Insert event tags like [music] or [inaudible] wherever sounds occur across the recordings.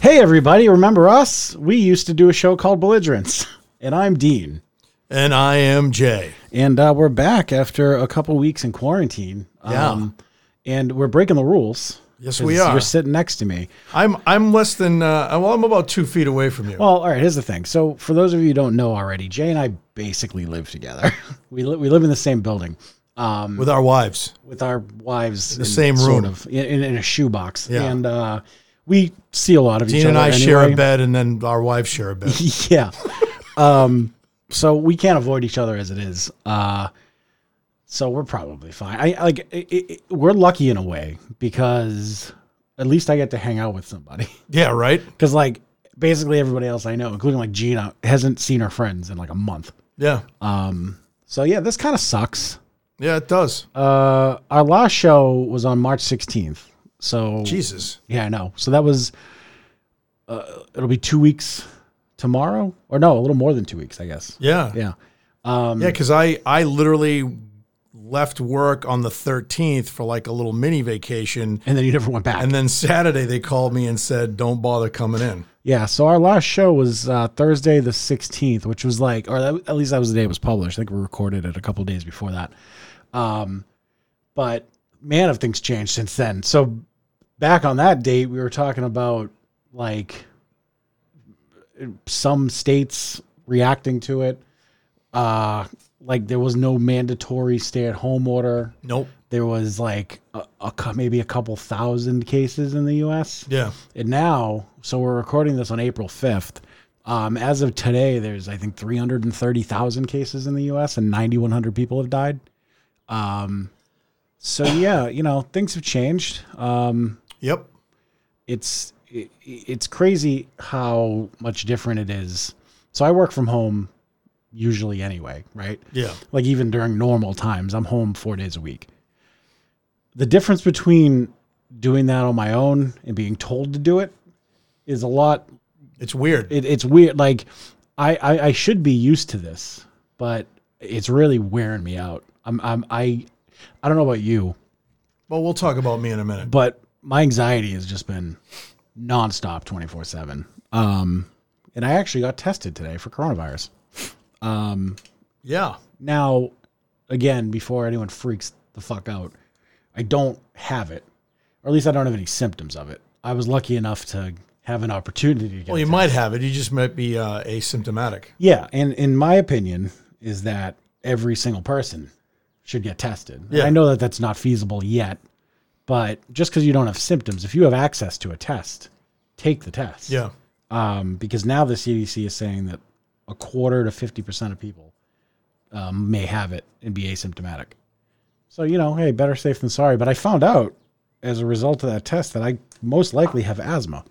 Hey, everybody, remember us? We used to do a show called Belligerence, and I'm Dean. And I am Jay. And uh, we're back after a couple weeks in quarantine. Um, Yeah. and we're breaking the rules. Yes, 'cause we are. You're sitting next to me. I'm I'm less than uh, well, I'm about two feet away from you. Well, all right, here's the thing. So, for those of you who don't know already, Jay and I basically live together. [laughs] we, li- we live in the same building um, with our wives. with our wives in the same sort room. of, in, in, in a shoebox. Yeah. And uh, we see a lot of each Dean other. and I share anyway. a bed, and then our wives share a bed. [laughs] yeah. Um, so we can't avoid each other as it is. Uh, so we're probably fine. I like it, it, it- we're lucky in a way because at least I get to hang out with somebody. [laughs] yeah, right. Because like basically everybody else I know, including like Gina, hasn't seen her friends in like a month. Yeah, Um, So yeah, this kind of sucks. yeah, it does. Uh, our last show was on March 16th. So Jesus, yeah, I know. So that was uh, it'll be two weeks tomorrow, or no, a little more than two weeks, I guess. yeah, yeah. Yeah. um, Because I I literally left work on the 13th for like a little mini vacation, and then you never went back. and then Saturday they called me and said, "Don't bother coming in." yeah, so our last show was uh, Thursday the 16th, which was like, or that, at least that was the day it was published. I think we recorded it a couple days before that. Um, but man, have things changed since then. So back on that date, we were talking about like some states reacting to it. Uh, like there was no mandatory stay-at-home order. Nope. There was like a, a cou- maybe a couple thousand cases in the U.S. Yeah. And now, so we're recording this on April 5th. Um, as of today, there's, I think, 330,000 cases in the US and 9,100 people have died. Um, so, yeah, you know, things have changed. Um, Yep. it's, it, it's crazy how much different it is. So, I work from home usually anyway, right? Yeah. like even during normal times i'm home four days a week the difference between doing that on my own and being told to do it is a lot It's weird. it, it's weird like I, I i should be used to this but it's really wearing me out i'm, I'm i i don't know about you Well, we'll talk about me in a minute. but my anxiety has just been nonstop 24 7 um and i actually got tested today for coronavirus Yeah. Now, again, before anyone freaks the fuck out, I don't have it, or at least I don't have any symptoms of it. I was lucky enough to have an opportunity to get. Well, you it. might have it. You just might be uh, asymptomatic. yeah, and in my opinion, is that every single person should get tested. And Yeah. I know that that's not feasible yet, but just because you don't have symptoms, if you have access to a test, take the test. Yeah. um, because now the CDC is saying that a quarter to 50% of people um, may have it and be asymptomatic. So, you know, hey, better safe than sorry. But I found out as a result of that test that I most likely have asthma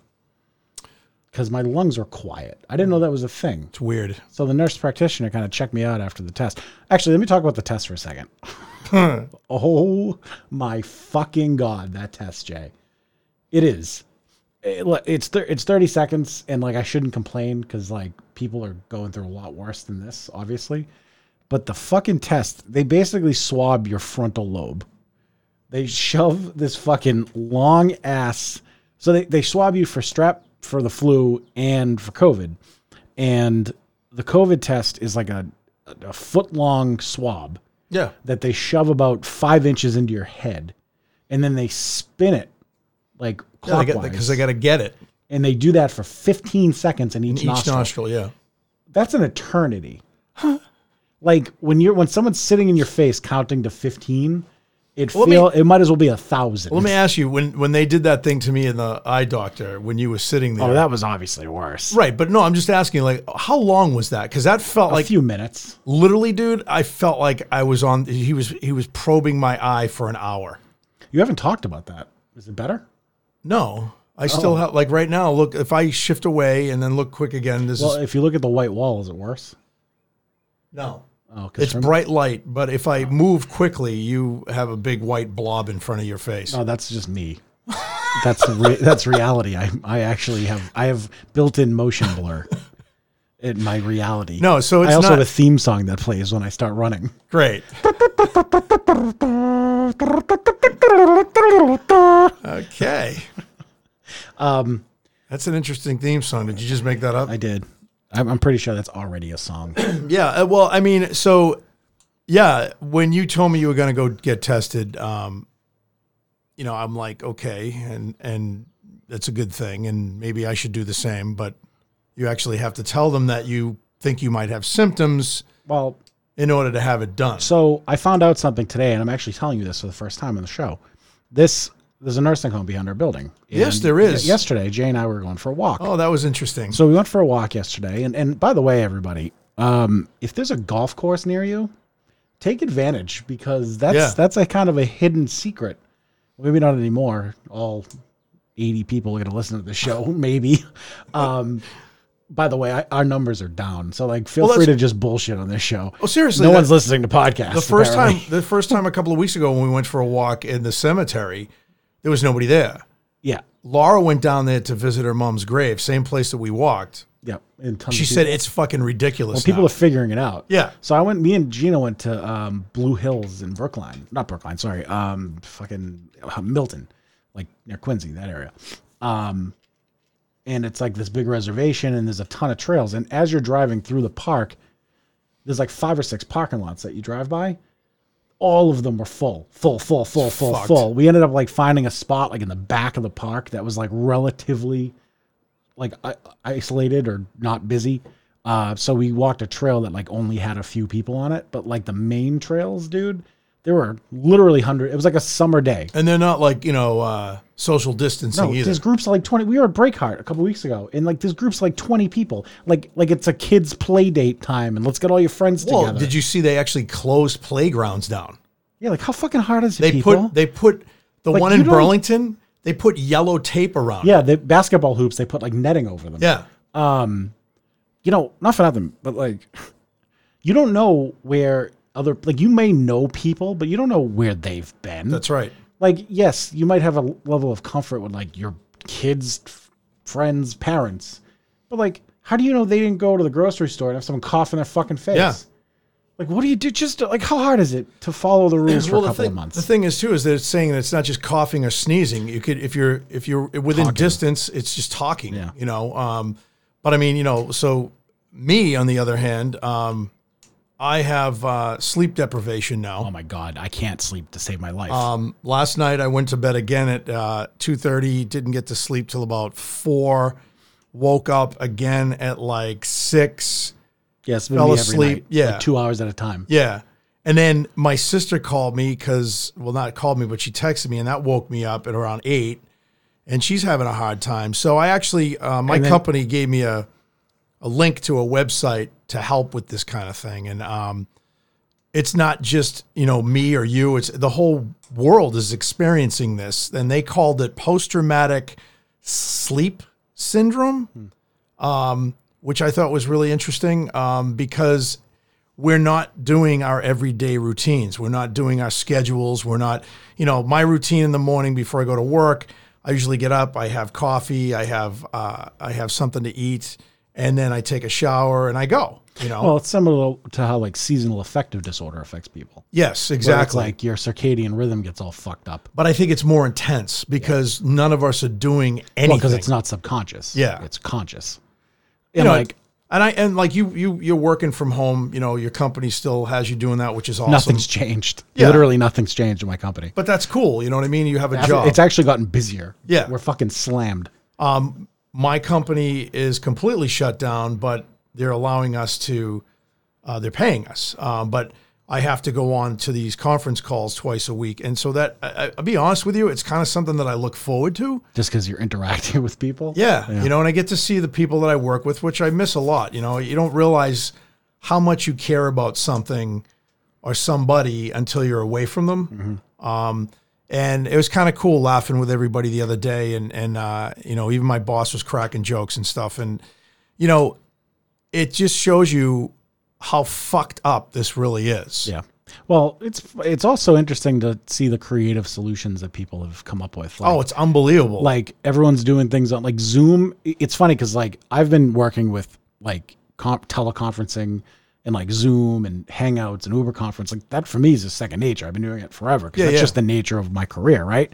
because my lungs are quiet. I didn't know that was a thing. It's weird. So the nurse practitioner kind of checked me out after the test. Actually, let me talk about the test for a second. oh my fucking god, that test, Jay. It is. It- look, it's thir- it's 30 seconds and like I shouldn't complain cuz like people are going through a lot worse than this, obviously. But the fucking test, they basically swab your frontal lobe. They shove this fucking long ass so they, they swab you for strep for the flu and for COVID and the COVID test is like a, a foot long swab Yeah. that they shove about five inches into your head, and then they spin it like Because clockwise, they got to get it and they do that for 15 seconds in each, in each nostril. nostril. Yeah. That's an eternity. like when you're when someone's sitting in your face counting to 15, it Well, let me- feel it might as well be a thousand. Let me ask you when when they did that thing to me in the eye doctor when you were sitting there. oh, that was obviously worse. right, but no, I'm just asking like how long was that? Because that felt A like few minutes. literally, dude. I felt like I was on. He was he was probing my eye for an hour. You haven't talked about that. Is it better? No, I Oh. still have like right now. Look, if I shift away and then look quick again, this Well, is if you look at the white wall, is it worse? no. Oh, 'cause It's remember- bright light, but if I move quickly, you have a big white blob in front of your face. No, Oh, that's just me. That's re- [laughs] that's reality. I I actually have I have built-in motion blur in my reality. No, so it's I also not- have a theme song that plays when I start running. Great. Okay. Um, that's an interesting theme song. Did you just make that up? Um, I did. I'm, I'm pretty sure that's already a song. Yeah. uh, Well, I mean, so yeah, when you told me you were going to go get tested, um, you know, I'm like, okay, and and that's a good thing, and maybe I should do the same. But you actually have to tell them that you think you might have symptoms well, in order to have it done. so I found out something today, and I'm actually telling you this for the first time on the show. This there's a nursing home behind our building. Yes, And there is. y- Yesterday, Jay and I were going for a walk. Oh, that was interesting. So we went for a walk yesterday, and and by the way, everybody, um, if there's a golf course near you, take advantage because that's Yeah. that's a kind of a hidden secret. Maybe not anymore. All eighty people are going to listen to the show, [laughs] maybe. Um, by the way, I, our numbers are down, so like feel Well, free to that's- just bullshit on this show. Oh, seriously, no that- one's listening to podcasts. the first apparently. time, the first time a couple of weeks ago when we went for a walk in the cemetery, there was nobody there. [laughs] yeah, Laura went down there to visit her mom's grave, same place that we walked. yeah. And tons She of people- said it's fucking ridiculous. People now." are figuring it out. Yeah. So I went. Me and Gina went to um, Blue Hills in Brookline, not Brookline. Sorry, um, fucking uh, Milton, like near Quincy, that area. Um, and it's like this big reservation, and there's a ton of trails. And as you're driving through the park, there's like five or six parking lots that you drive by. All of them were full, full, full, full, full, Fucked. full. We ended up like finding a spot like in the back of the park that was like relatively like i- isolated or not busy. Uh, so we walked a trail that like only had a few people on it, but like the main trails, dude, there were literally hundred. It was like a summer day. And they're not like, you know, uh, social distancing No, either. this group's like twenty. We were at Breakheart a couple weeks ago, and like this group's like twenty people. Like like it's a kids' play date time, and let's get all your friends well, together. did you see they actually closed playgrounds down? yeah, like how fucking hard is it? They people? put they put the Like, one you in don't- Burlington, they put yellow tape around. it. yeah, the basketball hoops. They put like netting over them. Yeah. you know, not for nothing, but like, [laughs] you don't know where other like you may know people, but you don't know where they've been. That's right. like yes you might have a level of comfort with like your kids f- friends parents but like how do you know they didn't go to the grocery store and have someone cough in their fucking face Yeah. like what do you do just like how hard is it to follow the [clears throat] rules for a the couple thing, of months the thing is too is that it's saying that it's not just coughing or sneezing. You could if you're if you're within distance, it's just talking. Yeah. You know. Um, but I mean, you know, so me on the other hand, um, I have uh, sleep deprivation now. oh my god i can't sleep to save my life Um, last night I went to bed again at uh, two thirty. Didn't get to sleep till about four. Woke up again at like six. yeah it's been fell me every asleep, night, yeah. like two hours at a time Yeah, and then my sister called me because well, not called me, but she texted me, and that woke me up at around eight. And she's having a hard time. So I actually, uh, my then- company gave me a a link to a website to help with this kind of thing, and um, it's not just you know me or you it's the whole world is experiencing this and they called it post-traumatic sleep syndrome um, which i thought was really interesting um, because we're not doing our everyday routines we're not doing our schedules we're not you know my routine in the morning before i go to work i usually get up i have coffee i have uh, i have something to eat and then i take a shower and i go you know well it's similar to how like seasonal affective disorder affects people yes Where it's exactly like your circadian rhythm gets all fucked up but I think it's more intense because none of us are doing anything. because it's not subconscious Yeah. it's conscious you and know, like and I and like you you you're working from home. You know, your company still has you doing that, which is awesome. Nothing's changed. Yeah. Literally nothing's changed in my company. but that's cool. You know what I mean? You have a job. It's actually gotten busier. Yeah. We're fucking slammed. My company is completely shut down, but they're allowing us to. Uh, they're paying us, um, but I have to go on to these conference calls twice a week, and so that I, I- I'll be honest with you, it's kind of something that I look forward to. Just because you're interacting [laughs] with people. Yeah, you know, and I get to see the people that I work with, which I miss a lot. You know, you don't realize how much you Mm-hmm. care about something or somebody until you're away from them. Um, And it was kind of cool laughing with everybody the other day, and and uh, you know even my boss was cracking jokes and stuff, and you know it just shows you how fucked up this really is. Yeah. Well, it's it's also interesting to see the creative solutions that people have come up with. Like, Oh, it's unbelievable. like everyone's doing things on like Zoom. I- It's funny because like I've been working with like comp- teleconferencing and like Zoom and Hangouts and Uber conference. Like that for me is a second nature. I've been doing it forever because Yeah, that's yeah. just the nature of my career, right?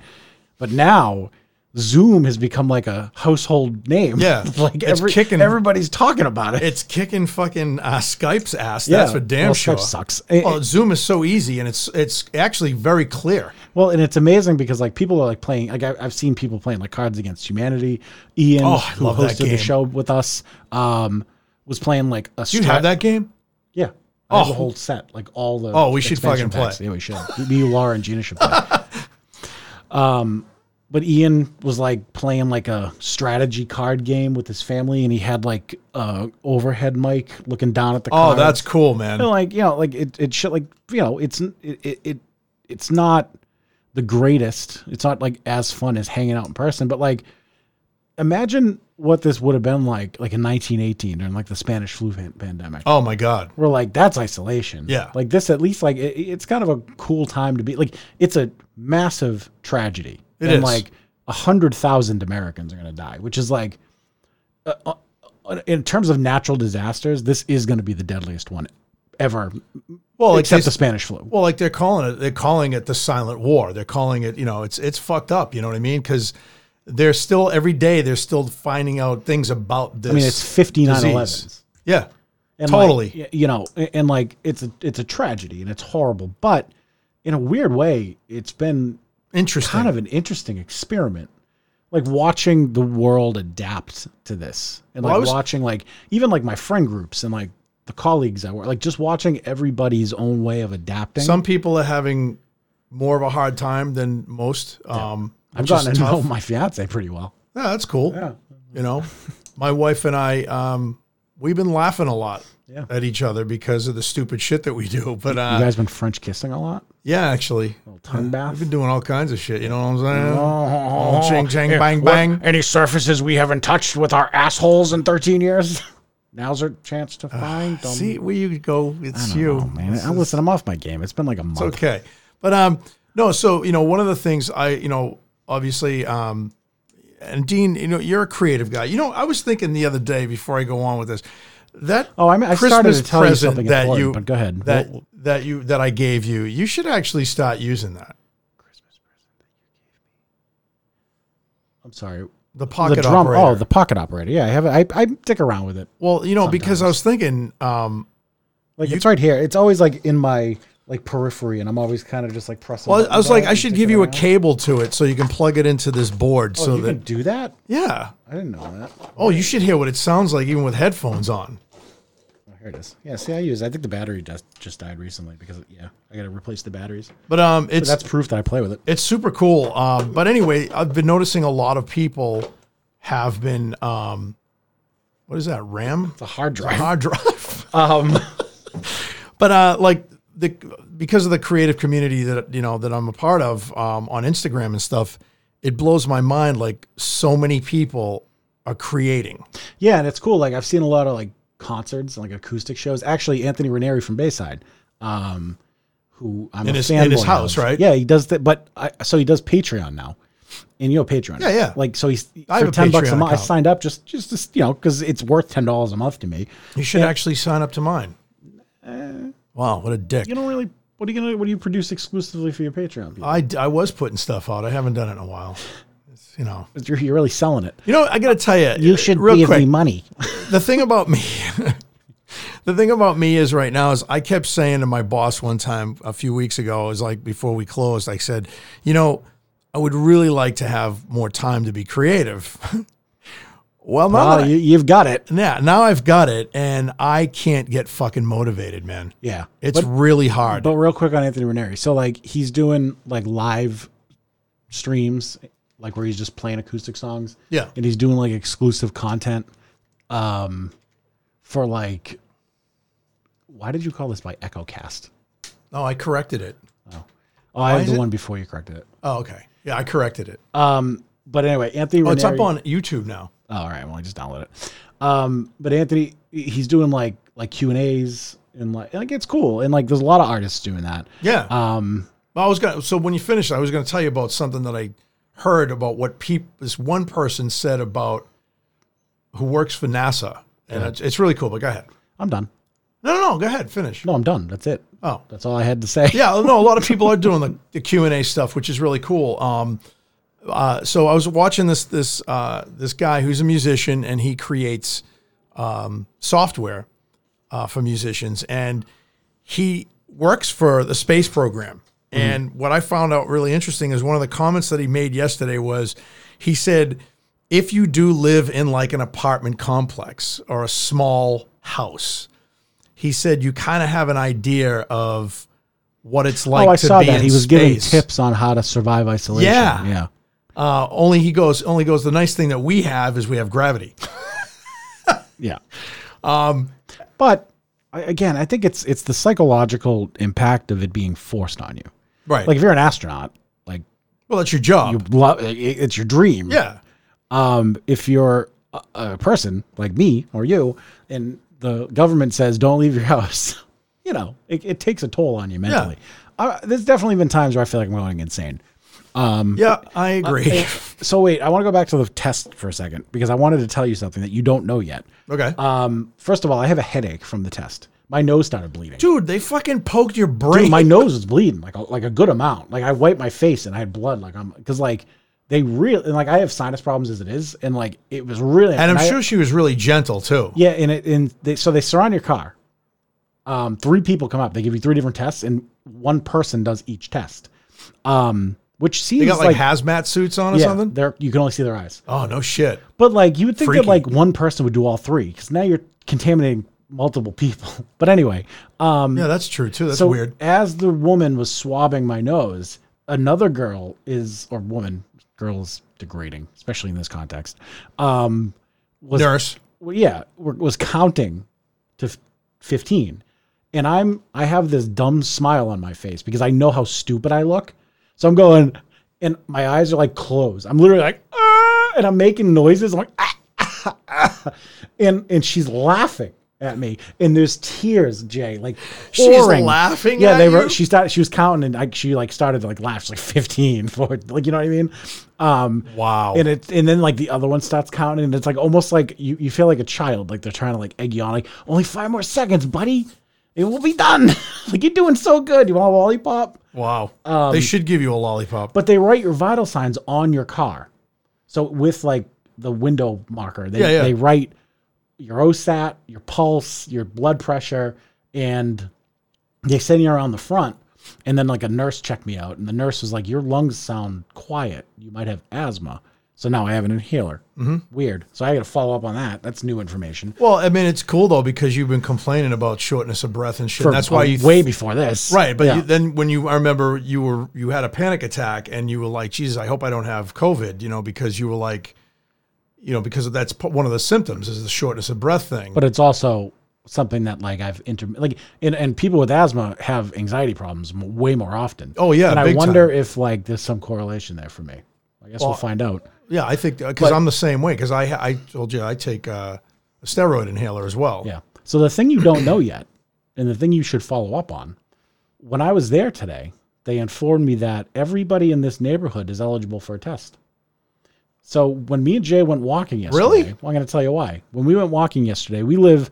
But now Zoom has become like a household name. Yeah. [laughs] like It's every, kicking- everybody's talking about it. it's kicking fucking uh, Skype's ass. Yeah. That's for damn Well, Skype sure. sucks. Oh, Zoom is so easy, and it's it's actually very clear. Well, and it's amazing because like people are like playing. Like I, I've seen people playing like Cards Against Humanity. Ian, Oh, I who love that hosted the game. show with us, um, was playing like a. Do you have that game? Yeah. I have Oh. the whole set, like all the. Oh, we should expansion fucking play. packs. Yeah, we should. [laughs] Me, you, Laura, and Gina should play. [laughs] um, but Ian was like playing like a strategy card game with his family, and he had like a overhead mic looking down at the. Oh, cards. that's cool, man. And, like you know, like it, it should like you know, it's n- it, it, it it's not the greatest. It's not like as fun as hanging out in person, but like imagine what this would have been like like in 1918 during like the Spanish flu pan- pandemic Oh my god. we're like that's isolation Yeah. like this at least like it, it's kind of a cool time to be like it's a massive tragedy It and is. like a hundred thousand americans are going to die which is like uh, uh, in terms of natural disasters this is going to be the deadliest one ever Well, like except the these- spanish flu well, like they're calling it they're calling it the silent war. They're calling it, you know, it's it's fucked up, you know what I mean? Cuz they're still every day they're still finding out things about this. i mean it's 59 disease. Yeah. and Totally. like, y- you know a- and like it's a it's a tragedy and it's horrible but in a weird way it's been Interesting. kind of an interesting experiment like watching the world adapt to this and Well, I like was- watching like even like my friend groups and like the colleagues I work like just watching everybody's own way of adapting. Some people are having more of a hard time than most. Um I've which is gotten to know tough. my fiance pretty well. Yeah, that's cool. Yeah. You know, my wife and I, um, we've been laughing a lot Yeah. at each other because of the stupid shit that we do. [laughs] But uh, You guys been French kissing a lot? yeah, actually, A little tongue we've bath? been doing all kinds of shit. You know what I'm saying? Oh, ching, chang, eh, bang, what- bang. Any surfaces we haven't touched with our assholes in 13 years? [laughs] Now's our chance to find them. Uh, See where you go. It's you. Oh, man. I- listen, I'm off my game. It's been like a month. It's [laughs] okay. But um, no. So you know, one of the things I, you know, obviously, um, and Dean, you know, you're a creative guy. You know, I was thinking the other day before I go on with this that Oh, I mean, I started to tell you something that important, you but go ahead. that that you that I gave you. You should actually start using that. I'm sorry. The pocket the drum. operator. Oh, the pocket operator. Yeah, I have. it. I I dick around with it. well, you know, because I was thinking, um, Like it's right here. It's always like in my like periphery, and I'm always kind of just like pressing. well, I buttons was on like, it I and should dick give you a around. cable to it so you can plug it into this board, so Oh, you that can do that. yeah. I didn't know that. Oh, you should hear what it sounds like even with headphones on. Oh, here it is. Yeah, see, I use. I think the battery just just died recently because yeah, I got to replace the batteries. But um, But it's that's proof that I play with it. it's super cool. Um, but anyway, I've been noticing a lot of people have been um, what is that RAM It's a hard drive. [laughs] hard drive. Um, but uh, like the because of the creative community that you know that I'm a part of um, on Instagram and stuff, it blows my mind. Like so many people are creating. yeah, and it's cool. Like I've seen a lot of like concerts and like acoustic shows. Actually, Anthony Ranieri from Bayside. Um, who I'm In a his- fanboy in his house, of. right? Yeah, he does that. But I, so he does Patreon now, and you know Patreon. Yeah, yeah. Like so he's I for have a ten bucks a Patreon month. I account. signed up just just to, s- you know because it's worth ten dollars a month to me. You should actually sign up to mine. wow, what a dick! Uh, You don't really. What are you gonna? What do you produce exclusively for your Patreon? people? I I was putting stuff out. I haven't done it in a while. It's, you know, You're, you're really selling it. you know. I gotta tell you, You should real give quick. me money. the thing about me [laughs] the thing about me is right now is i kept saying to my boss one time a few weeks ago is like before we closed i said you know i would really like to have more time to be creative [laughs] well now, Wow, that I- you, you've got it. yeah, now i've got it and i can't get fucking motivated man Yeah, it's really hard But real quick on Anthony Ranieri. So like he's doing like live streams, like where he's just playing acoustic songs. Yeah. And he's doing like exclusive content. Um for like why did you call this by EchoCast? no i corrected Oh, it Oh, I Why had is the it- one before you corrected it. Oh, okay. Yeah, I corrected it. Um, but anyway, Anthony. oh, it's Ranieri- up on YouTube now. Oh, all right. Well, I just downloaded it. Um, but Anthony, he's doing like like Q and A's and like like it's cool and like there's a lot of artists doing that. Yeah. Um, I was gonna. So when you finish, I was gonna tell you about something that I heard about what peop, this one person said about who works for NASA, and it's, it's really cool. But go ahead. I'm done. No, no, no. Go ahead. Finish. No, I'm done. That's it. Oh, That's all I had to say. [laughs] yeah. No, a lot of people are doing the, the Q and A stuff, which is really cool. Um, uh, so I was watching this this uh, this guy who's a musician, and he creates um, software uh, for musicians, and he works for the space program. Mm-hmm. And what I found out really interesting is one of the comments that he made yesterday was he said, if you do live in like an apartment complex or a small house, he said you kind of have an idea of what it's like oh, I to saw be that. in He was giving space. tips on how to survive isolation. Yeah. Yeah. Uh, only he goes, only goes, the nice thing that we have is we [laughs] have gravity. Yeah. Um, but I- again, I think it's it's the psychological impact of it being forced on you. Right. Like Like, if you're an astronaut, like well, that's your job. you love, it- it's your dream. [laughs] yeah. Um, if you're a, a person like me or you, and the government says don't leave your [laughs] house, you know, it, it takes a toll on you mentally. Uh, there's definitely been times where I feel like I'm going insane. Yeah. I agree. Uh, So wait, I want to go back to the test for a second because I wanted to tell you something that you don't know yet. [laughs] okay. Um, first of all, I have a headache from the test. My nose started bleeding. Dude, they fucking poked your brain. Dude, my nose was bleeding like a, like a good amount. Like I wiped my face and I had blood. Like I'm because like they really and like I have sinus problems as it is, and like it was really. and I'm I- sure she was really gentle too. Yeah, and it and they so they surround your car. Um, three people come up. They give you three different tests, and one person does each test. Um, which seems They got like, like, hazmat suits on or yeah, something. they're- you can only see their eyes. Oh no shit. But like you would think that Freaky. like one person would do all three because now you're contaminating multiple people. [laughs] But anyway, um, Yeah, that's true too. That's so weird. as the woman was swabbing my nose, another girl is or woman girl is degrading, especially in this context. Um, was Nurse. well, yeah, were- was counting to f- 15. And I'm I have this dumb smile on my face because I know how stupid I look. So I'm going and my eyes are like closed. I'm literally like "Ah," and I'm making noises. I'm like "Ah, ah, ah." and and she's laughing at me and there's tears, Jay, like She's pouring. laughing Yeah, at they were you? she started she was counting and I, she like started to like laugh. She's like 15 for [laughs] like you know what I mean? Um Wow. and it and then like the other one starts counting and it's like almost like you, you feel like a child like they're trying to like egg you on like only five more seconds buddy it will be done [laughs] like you're doing so good you want a lollipop wow. they should give you a lollipop. Um, but they write your vital signs on your car so with like the window marker they, Yeah, yeah. they write your osat your pulse your blood pressure and they send you around the front and then like a nurse checked me out and the nurse was like your lungs sound quiet you might have asthma so now i have an inhaler mm-hmm. weird so i gotta follow up on that that's new information well, I mean, it's cool though because you've been complaining about shortness of breath and shit. For- and that's why uh, you way before this right. But Yeah. you, then when you, I remember you were you had a panic attack and you were like, Jesus, I hope I don't have COVID. You know, because you were like, you know, because that's p- one of the symptoms is the shortness of breath thing. but it's also something that like I've inter like and, and people with asthma have anxiety problems m- way more often. Oh, yeah, and I big wonder if like there's some correlation there for me. I guess we'll Well, find out. yeah, I think because I'm the same way. Because I ha- I told you I take uh, a steroid inhaler as well. Yeah. So the thing you don't know yet, and the thing you should follow up on, when I was there today, they informed me that everybody in this neighborhood is eligible for a test. So when me and Jay went walking yesterday, Really? well, I'm going to tell you why. When we went walking yesterday, we live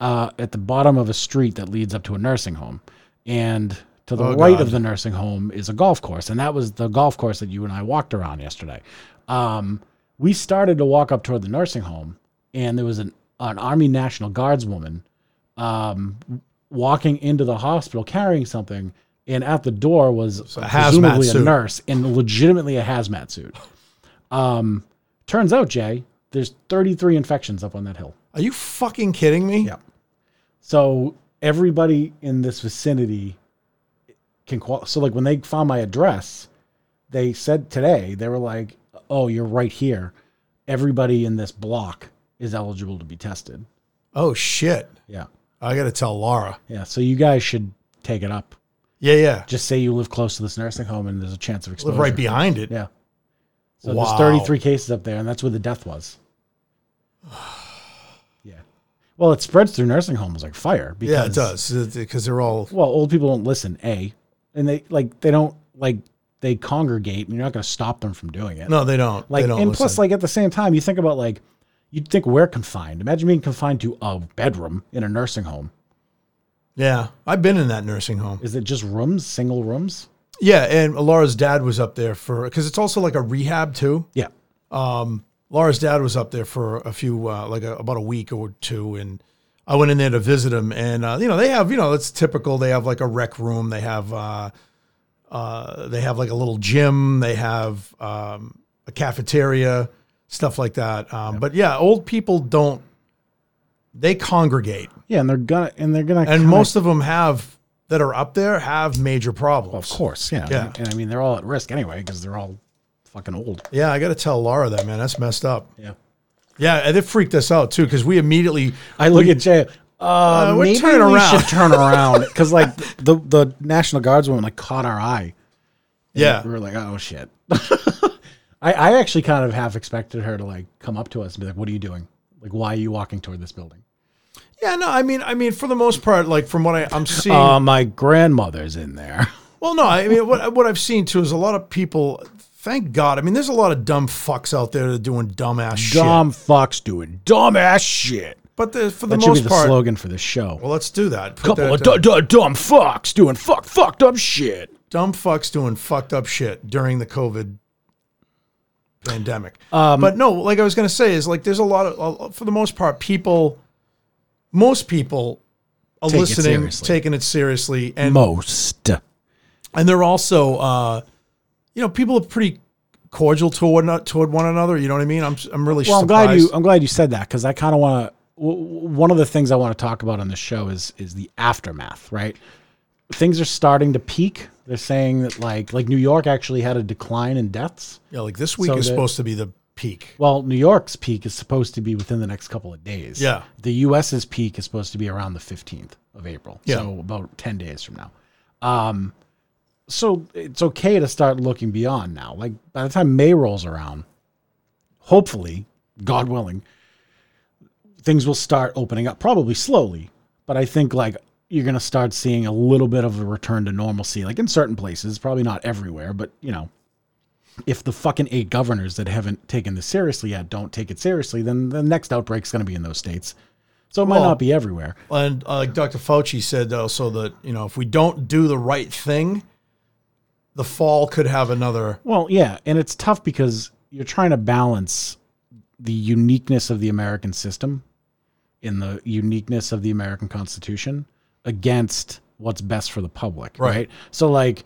uh, at the bottom of a street that leads up to a nursing home, and to the Oh, right God. of the nursing home is a golf course, and that was the golf course that you and I walked around yesterday. Um, we started to walk up toward the nursing home, and there was an an Army National Guards woman um, walking into the hospital carrying something, and at the door was a hazmat presumably a suit. nurse in legitimately a hazmat suit. Um, turns out, Jay, there's 33 infections up on that hill. Are you fucking kidding me? Yeah. So everybody in this vicinity can qual. So like when they found my address, they said today they were like, "Oh, you're right here. Everybody in this block is eligible to be tested." Oh shit. Yeah. I got to tell Laura. Yeah, so you guys should take it up. Yeah, yeah. Just say you live close to this nursing home and there's a chance of Live exposure. right behind it. Yeah. So Wow. there's 33 cases up there, and that's where the death [sighs] was. yeah. Well, it spreads through nursing homes like fire. Because, Yeah, it does because they're all Well, old people don't listen, A. And they like they don't like they congregate and you're not gonna stop them from doing it. no, they don't. like they and don't listen. plus like at the same time you think about like you'd think we're confined. Imagine being confined to a bedroom in a nursing home. yeah, I've been in that nursing home. Is it just rooms, single rooms? Yeah, and Laura's dad was up there for because it's also like a rehab too. Yeah. Laura's dad was up there for a few, uh, like a, about a week or two, and I went in there to visit him. And uh, you know, they have, you know, it's typical. They have like a rec room. They have, uh, uh, they have like a little gym. They have um, a cafeteria, stuff like that. Um, But yeah, old people don't. They congregate, Yeah, and they're gonna and they're gonna and kinda- most of them have that are up there have major problems. [laughs] Of course, yeah. Yeah. And I mean, they're all at risk anyway because they're all fucking old. Yeah, I got to tell Laura that man, that's messed up. Yeah. Yeah, and it freaked us out too because we immediately I look at Jay. Uh, we're maybe turning we around. should turn around [laughs] because like the the National Guardswoman like caught our eye. yeah We were like, oh shit. [laughs] I I actually kind of half expected her to like come up to us and be like, "What are you doing? Like, why are you walking toward this building?" Yeah, no, I mean, I mean, for the most part, like from what I, I'm seeing. Uh, my grandmother's in there. [laughs] well, no, I mean, what what I've seen too is a lot of people. Thank God. I mean, there's a lot of dumb fucks out there that are doing dumbass shit. Dumb fucks doing dumb ass shit. But the, for the That should be most the part, slogan for the show. well, let's do that. Put Couple that uh, of down. du- du- dumb fucks doing fuck fucked up shit. dumb fucks doing fucked up shit during the COVID pandemic. Um, but no, like I was going to say is like there's a lot of for the most part people, most people are Take it listening, seriously. taking it seriously, and Most. and they're also uh, you know people are pretty cordial toward not toward one another. You know what I mean? I'm I'm really Well, I'm surprised. glad you. I'm glad you said that because I kind of want to. One of the things I want to talk about on the show is is the aftermath. Right, things are starting to peak. They're saying that like like New York actually had a decline in deaths. yeah, like this week So is the- supposed to be the peak. Well, New York's peak is supposed to be within the next couple of days. Yeah. The US's peak is supposed to be around the 15th of April. Yeah. So about 10 days from now. Um, so it's okay to start looking beyond now. Like by the time May rolls around, hopefully, God willing, things will start opening up, probably slowly. But I think like you're going to start seeing a little bit of a return to normalcy, like in certain places, probably not everywhere, but you know, if the fucking eight governors that haven't taken this seriously yet don't take it seriously, then the next outbreak's going to be in those states. So it might Well- not be everywhere. And uh, like Dr. Fauci said also that you know if we don't do the right thing, the fall could have another. Well, yeah, and it's tough because you're trying to balance the uniqueness of the American system in the uniqueness of the American Constitution against what's best for the public, Right. right? So like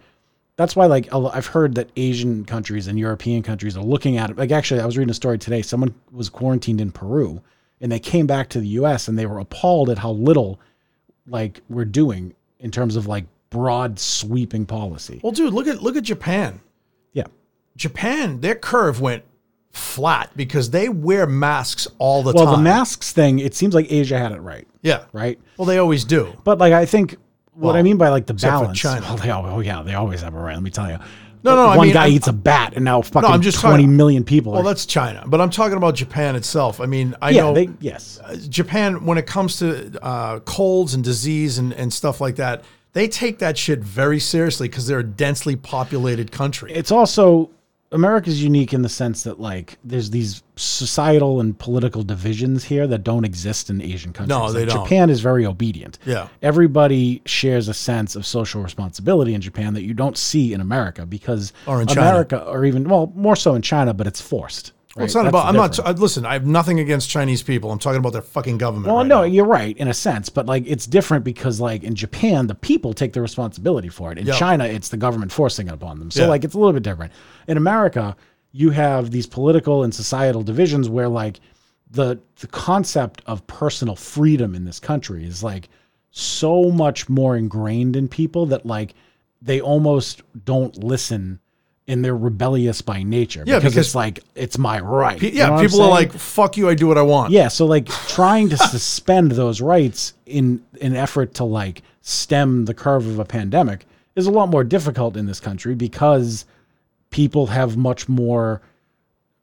that's why like a lo- I've heard that Asian countries and European countries are looking at it. Like actually I was reading a story today, someone was quarantined in Peru and they came back to the US and they were appalled at how little like we're doing in terms of like broad sweeping policy. Well, dude, look at look at Japan. Yeah. Japan, their curve went flat because they wear masks all the Well, time. the masks thing, it seems like Asia had it right, yeah. right? Well, they always do. But like I think what I mean by like the for balance, China. Oh, they al- oh yeah, they always have it right. Let me tell you. No, no, I One mean, guy I'm- eats a bat, and now fucking I'm just twenty talking- million people. Well, are, that's China, but I'm talking about Japan itself. I mean, I yeah, know they yes, Japan, when it comes to uh, colds and disease and, and stuff like that, they take that shit very seriously because they're a densely populated country. it's also America's unique in the sense that like there's these societal and political divisions here that don't exist in Asian countries. No, they Like, don't. Japan is very obedient. Yeah. Everybody shares a sense of social responsibility in Japan that you don't see in America because Or in China. America or even well, more so in China, but it's forced. Well, it's right? not That's about. the I'm difference. not. I, listen, I have nothing against Chinese people. I'm talking about their fucking government. Well, right no, now. you're right in a sense, but like it's different because like in Japan, the people take the responsibility for it. In Yeah. China, it's the government forcing it upon them. So Yeah. like it's a little bit different. In America, you have these political and societal divisions where like the the concept of personal freedom in this country is like so much more ingrained in people that like they almost don't listen and they're rebellious by nature Yeah, because- it's like it's my right. Pe- You know yeah, what I'm people are saying? like, "Fuck you! I do what I want." Yeah, so like trying to suspend those rights in an effort to like stem the curve of a pandemic is a lot more difficult in this country because people have much more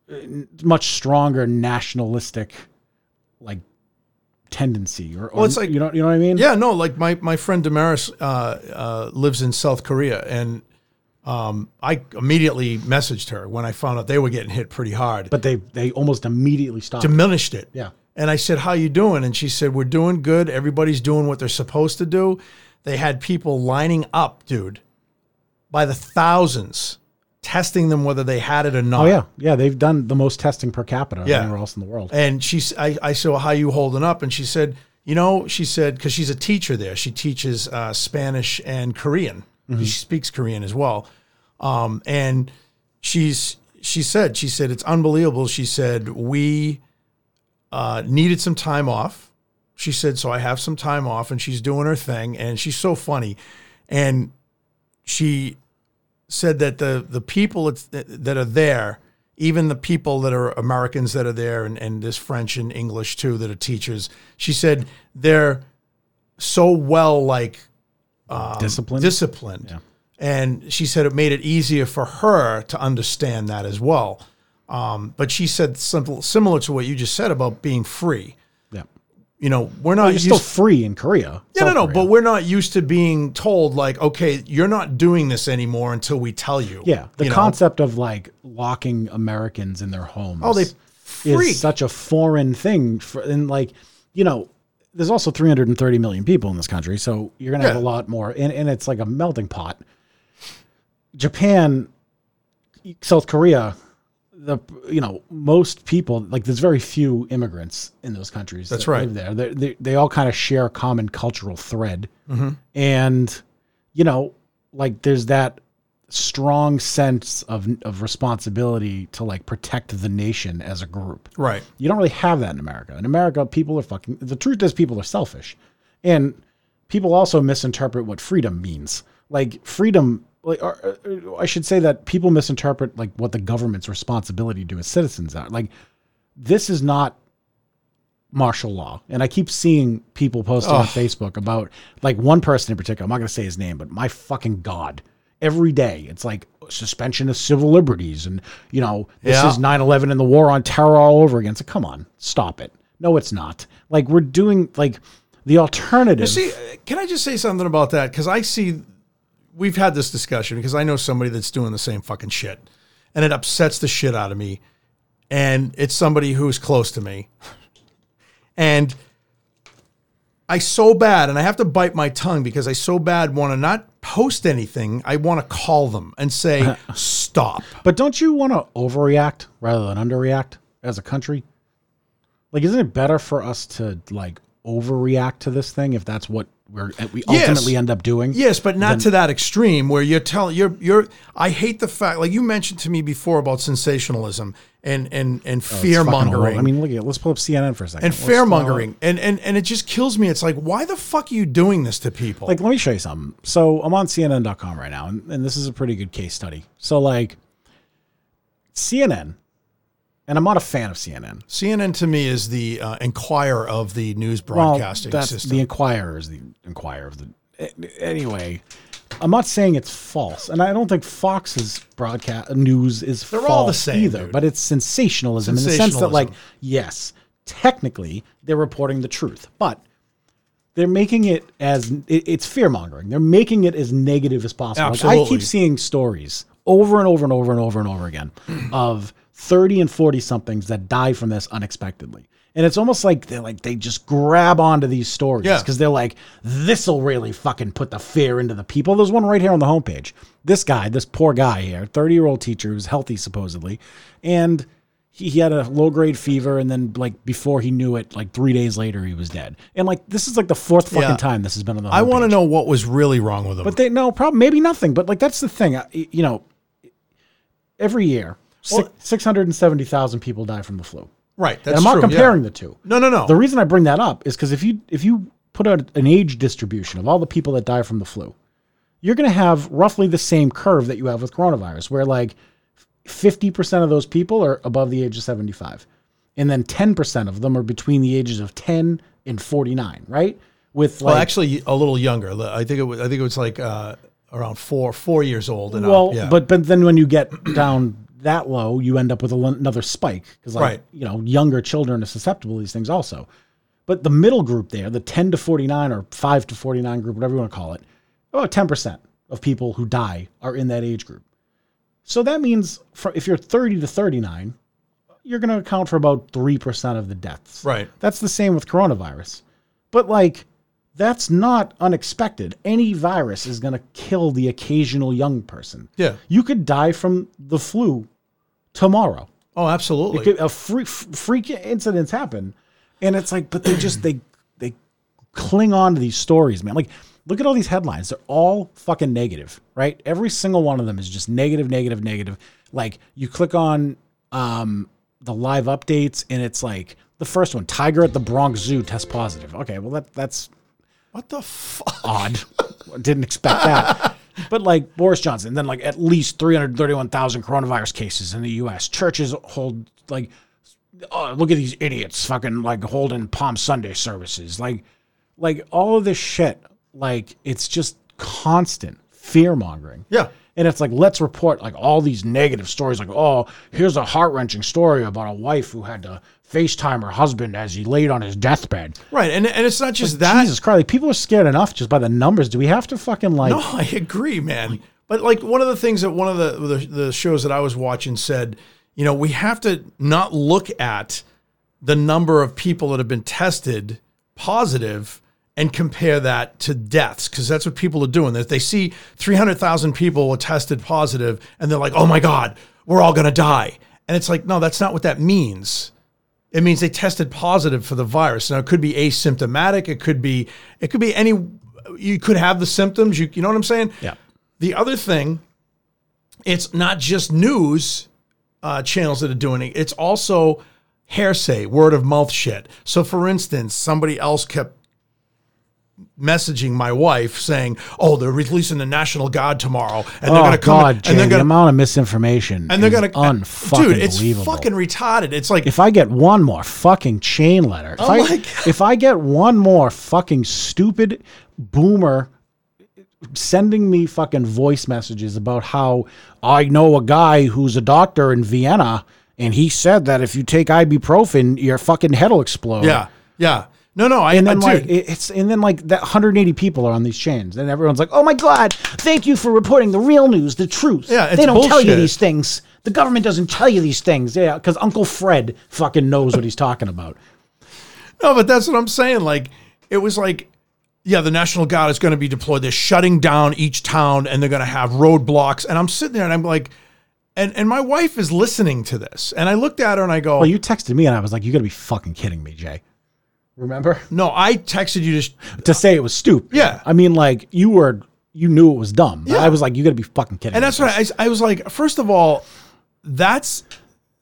uh, much stronger nationalistic like tendency or, or Well, it's like- you know you know what I mean? Yeah, no, like my my friend Damaris uh, uh, lives in South Korea, and um, I immediately messaged her when I found out they were getting hit pretty hard. But they they almost immediately stopped. diminished it. Yeah. And I said, "How you doing?" And she said, "We're doing good. Everybody's doing what they're supposed to do." They had people lining up, dude, by the thousands, testing them whether they had it or not. oh yeah. Yeah, they've done the most testing per capita Yeah. anywhere else in the world. And she, s- I, I said, well, how you holding up? And she said, you know, she said, because she's a teacher there. She teaches uh, Spanish and Korean. She speaks Korean as well. Um, and she's, she said, she said, it's unbelievable. She said, we uh, needed some time off. She said, so I have some time off and she's doing her thing. And she's so funny. And she said that the the people it's- that that are there, even the people that are Americans that are there, and, and there's French and English too that are teachers. She said they're so well like Um, Discipline. disciplined, and she said it made it easier for her to understand that as well. Um, but she said simple, similar to what you just said about being free. yeah. Uh, You know, we're not You're used still free in Korea. yeah, no, South no, Korea. but we're not used to being told like, okay, you're not doing this anymore until we tell you. Yeah, the you know? concept of like locking Americans in their homes. Oh, they freak. is such a foreign thing, for, and like you know, there's also 330 million people in this country, so you're gonna have Yeah. a lot more, and, and it's like a melting pot. Japan, South Korea, the you know most people like there's very few immigrants in those countries. That's that right. live There, they they they all kind of share a common cultural thread, Mm-hmm. and you know, like there's that strong sense of of responsibility to like protect the nation as a group. Right. You don't really have that in America. In America, people are fucking. The truth is, people are selfish, and people also misinterpret what freedom means. Like freedom, like or, or I should say that people misinterpret like what the government's responsibility to its citizens are. Like this is not martial law, and I keep seeing people posting on Facebook about like one person in particular. I'm not going to say his name, but my fucking god. Every day, it's like suspension of civil liberties, and you know this Yeah. is 9 11 and the war on terror all over again. So come on, stop it. No, it's not. Like, we're doing, like, the alternative. See, uh, can I just say something about that? Because I see we've had this discussion because I know somebody that's doing the same fucking shit, and it upsets the shit out of me. And it's somebody who's close to me, and I so bad, and I have to bite my tongue because I so bad want to not post anything. I want to call them and [laughs] say stop. but don't you want to overreact rather than underreact as a country? Like, isn't it better for us to, like, overreact to this thing if that's what we're, eh, we Yes. ultimately end up doing? Yes, but not to that extreme where you're telling you're you're. I hate the fact, like you mentioned to me before about sensationalism and and and fear Oh, Fucking horrible. mongering. I mean, look at Let's pull up CNN for a second. and Let's uh, fear follow- mongering, and and and it just kills me. It's like, why the fuck are you doing this to people? like let me show you something so i'm on cnn.com right now and, and this is a pretty good case study so like cnn and i'm not a fan of cnn CNN to me is the uh, inquirer of the news Well, broadcasting that's- system. the inquirer is the inquirer of the a- anyway i'm not saying it's false and i don't think fox's broadcast news is They're false all the same, either dude. but it's sensationalism, in the sense that like Sensationalism. yes technically they're reporting the truth but they're making it as it, it's fear mongering. They're making it as negative as possible. Like, I Absolutely. keep seeing stories over and over and over and over and over again of 30 and 40 somethings that die from this unexpectedly. And it's almost like they are like they just grab onto these stories Yeah. because they're like, this'll really fucking put the fear into the people. There's one right here on the homepage. This guy, this poor guy here, 30 year old teacher who's healthy supposedly, and he, he had a low grade fever and then like before he knew it, like three days later he was dead. And like this is like the fourth fucking Yeah. time this has been on the I want to homepage. know what was really wrong with them. But they no problem. Maybe nothing. But like that's the thing. I, you know, every year Well- six hundred and seventy thousand people die from the flu. right, And that's I'm not true, yeah. comparing the two. No, no, no. The reason I bring that up is because if you if you put out an age distribution of all the people that die from the flu, you're going to have roughly the same curve that you have with coronavirus, where like fifty percent of those people are above the age of seventy five, and then ten percent of them are between the ages of ten and forty nine. Right? With like well, actually, a little younger. I think it was. I think it was like uh, around four four years old and Well, up. Yeah. but but then when you get [clears throat] down that low, you end up with a, lun- another spike because like Right. you know younger children are susceptible to these things also. But the middle group there, the 10 to 49 or 5 to 49 group, whatever you want to call it, about 10% of people who die are in that age group. So that means for, if you're 30 to 39, you're going to account for about 3% of the deaths. right. That's the same with coronavirus. But like, that's not unexpected. Any virus is going to kill the occasional young person. Yeah. You could die from the flu tomorrow. Oh, absolutely. Could- A freak, freak incidents happen. And it's like, but they just, they, they cling on to these stories, man. Like, look at all these headlines. They're all fucking negative, right? Every single one of them is just negative, negative, negative. Like, you click on um, the live updates, and it's like the first one: tiger at the Bronx Zoo test positive. Okay, well that that's what the fuck? odd. Didn't expect that. But like Boris Johnson, then like at least 331,000 coronavirus cases in the US. Churches hold like oh, look at these idiots fucking like holding Palm Sunday services. Like like all of this shit like it's just constant fear-mongering. [laughs] Yeah. And it's like, let's report like all these negative stories. Like, oh, here's a heart wrenching story about a wife who had to FaceTime her husband as he laid on his deathbed. Right. And and it's not just that. Jesus Christ, like, people are scared enough just by the numbers. Do we have to fucking like? No, I agree, man. But like one of the things that one of the, the the shows that I was watching said, you know, we have to not look at the number of people that have been tested positive and compare that to deaths because that's what people are doing. That they see three hundred thousand people were tested positive and they're like, oh my god, we're all gonna die. And it's like, no, that's not what that means it means they tested positive for the virus. Now it could be asymptomatic. It could be it could be any. You could have the symptoms. You you know what I'm saying? Yeah. The other thing, it's not just news uh, channels that are doing it. It's also hearsay, word of mouth shit. So for instance, somebody else kept messaging my wife saying, "Oh, they're releasing the National Guard tomorrow, and they're oh going to come God, and Jay, they're the going to amount of misinformation and they're going to going to unfucking dude, it's believable. fucking retarded. It's like if I get one more fucking chain letter, if, I, Oh my God. if I get one more fucking stupid boomer sending me fucking voice messages about how I know a guy who's a doctor in Vienna and he said that if you take ibuprofen, your fucking head will explode. yeah, yeah. No, no, I And then I, like dude, it- it's and then like that 180 people are on these chains, and everyone's like, "Oh my god, thank you for reporting the real news, the truth. Yeah, it's they don't tell you bullshit. these things. The government doesn't tell you these things. Yeah, because Uncle Fred fucking knows what he's talking [laughs] about. No, but that's what I'm saying. Like, it was like, yeah, the National Guard is going to be deployed. They're shutting down each town and they're going to have roadblocks. And I'm sitting there and I'm like, and, and my wife is listening to this. And I looked at her and I go, Well, you texted me, and I was like, "You got to be fucking kidding me, Jay." Remember no, I texted you just, [laughs] to say it was stupid. Yeah. I mean, like you were, you knew it was dumb. I was like, "You got to be fucking kidding." and me. that's what I, I was like, first of all, that's,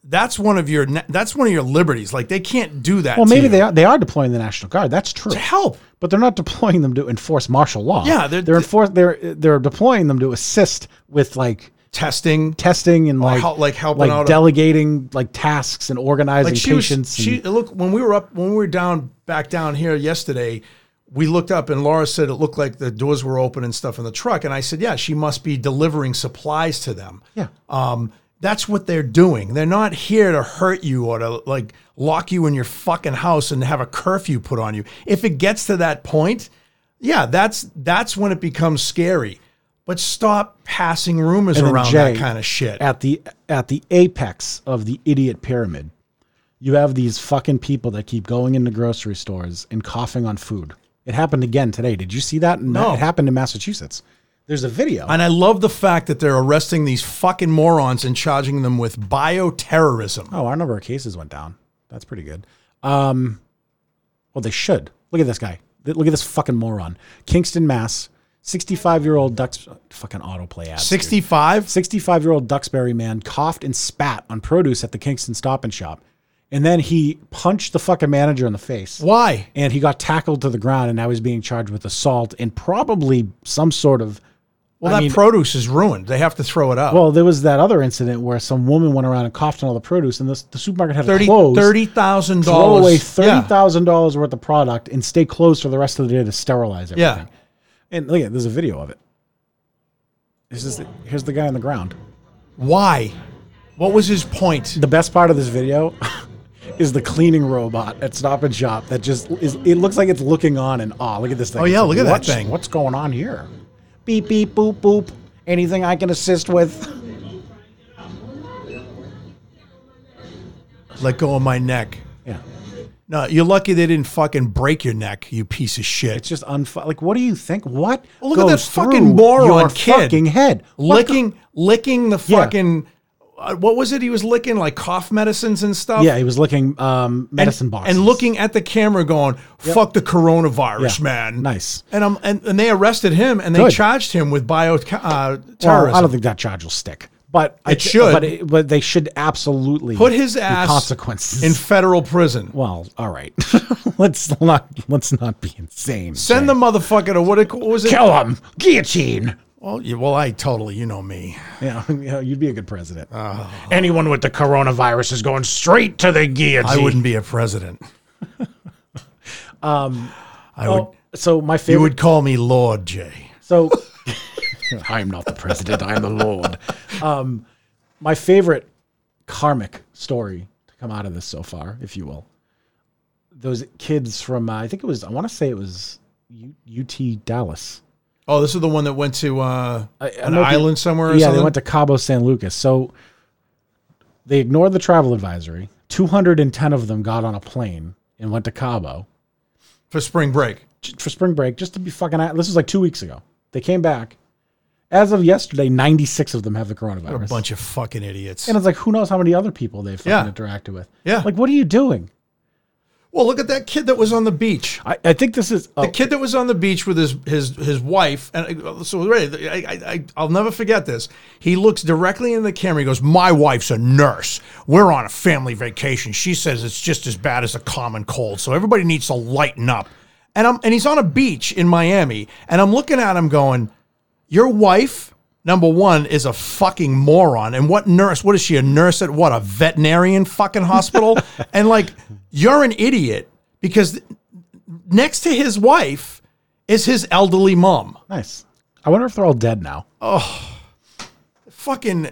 that's one of your, that's one of your liberties. Like they can't do that. well, to maybe you. they are, they are deploying the National Guard. That's true. help. But they're not deploying them to enforce martial law. Yeah, they're- they're enforce they're they're deploying them to assist with like Testing. testing and like help- like helping like out a- delegating like tasks and organizing like she was, patients. and- she look when we were up when we were down back down here yesterday we looked up and laura said it looked like the doors were open and stuff in the truck and i said yeah she must be delivering supplies to them yeah, um that's what they're doing they're not here to hurt you or to like lock you in your fucking house and have a curfew put on you if it gets to that point yeah that's that's when it becomes scary but stop passing rumors then around Jay, that kind of shit at the at the apex of the idiot pyramid, you have these fucking people that keep going into grocery stores and coughing on food. It happened again today. Did you see that? No. It happened in Massachusetts. There's a video. And I love the fact that they're arresting these fucking morons and charging them with bioterrorism. Oh, our number of cases went down. That's pretty good. Um, well, they should. Look at this guy. Th- Look at this fucking moron. Kingston, Mass. 65 year old Ducks. Fucking autoplay ads. 65? 65 year old Duxbury man coughed and spat on produce at the Kingston Stop and Shop. And then he punched the fucking manager in the face. Why? And he got tackled to the ground and now he's being charged with assault and probably some sort of. Well, I that mean- produce is ruined. They have to throw it out. Well, there was that other incident where some woman went around and coughed on all the produce and the, the supermarket had to Thirty close. thirty thousand throw away dollars. thirty thousand dollars worth of product and stay closed for the rest of the day to sterilize everything. Yeah. And look at there's a video of it. This is the, here's the guy on the ground. Why? What was his point? The best part of this video [laughs] is the cleaning robot at Stop and Shop that just is. It looks like it's looking on and awe. Look at this thing. Oh, yeah, It's like, look at that "What's- thing." What's going on here? Beep beep boop boop. Anything I can assist [laughs] with? Let go of my neck. Yeah, No, you're lucky they didn't fucking break your neck, you piece of shit. it's just unfu- Like, what do you think? What Well, look at that goes fucking through moron your kid. fucking head? What licking, licking the Yeah. fucking. Uh, what was it? He was licking like cough medicines and stuff. the- yeah, he was licking um, medicine box and looking at the camera, going, "Fuck the coronavirus, Yeah. man." Nice. And um, and, and they arrested him and they Good. charged him with bio uh, terrorism. Well, I don't think that charge will stick. But I It thi- should. But, it, but they should absolutely Put his be ass consequences in federal prison. Well, all right. [laughs] let's not let's not be insane. Send the motherfucker to what, it, what was it? kill him, guillotine. Well, yeah, well, I totally, you know me. Yeah, you know, you'd be a good president. Anyone with the coronavirus is going straight to the guillotine. I wouldn't be [laughs] a president. Um, I would. Oh, so my You favorite. would call me Lord Jay. [laughs] so I'm not the president. I'm the Lord. Um, my favorite karmic story to come out of this so far, if you will. Those kids from uh, I think it was I want to say it was U- UT Dallas. Oh, this is the one that went to uh, I an know if you- island somewhere. Or yeah, something? they went to Cabo San Lucas. So they ignored the travel advisory. 210 of them got on a plane and went to Cabo for spring break. j- for spring break just to be fucking out. This was like two weeks ago. They came back. As of yesterday, 96 of them have the A coronavirus. bunch of fucking idiots. And it's like, who knows how many other people they've fucking Yeah. interacted with? Yeah. Like, what are you doing? Well, look at that kid that was on the beach. I, I think this is. Oh, The kid that was on the beach with his his his wife, and I- so right, I, I, I I'll never forget this. He looks directly in the camera. He goes, "My wife's a nurse. We're on a family vacation. She says it's just as bad as a common cold. So everybody needs to lighten up." And I'm and he's on a beach in Miami, and I'm looking at him going, "Your wife." Number one is a fucking moron. And what nurse? What is she? A nurse at what? A veterinarian fucking hospital? and like, you're an idiot because next to his wife is his elderly mom. nice. I wonder if they're all dead now. Fucking,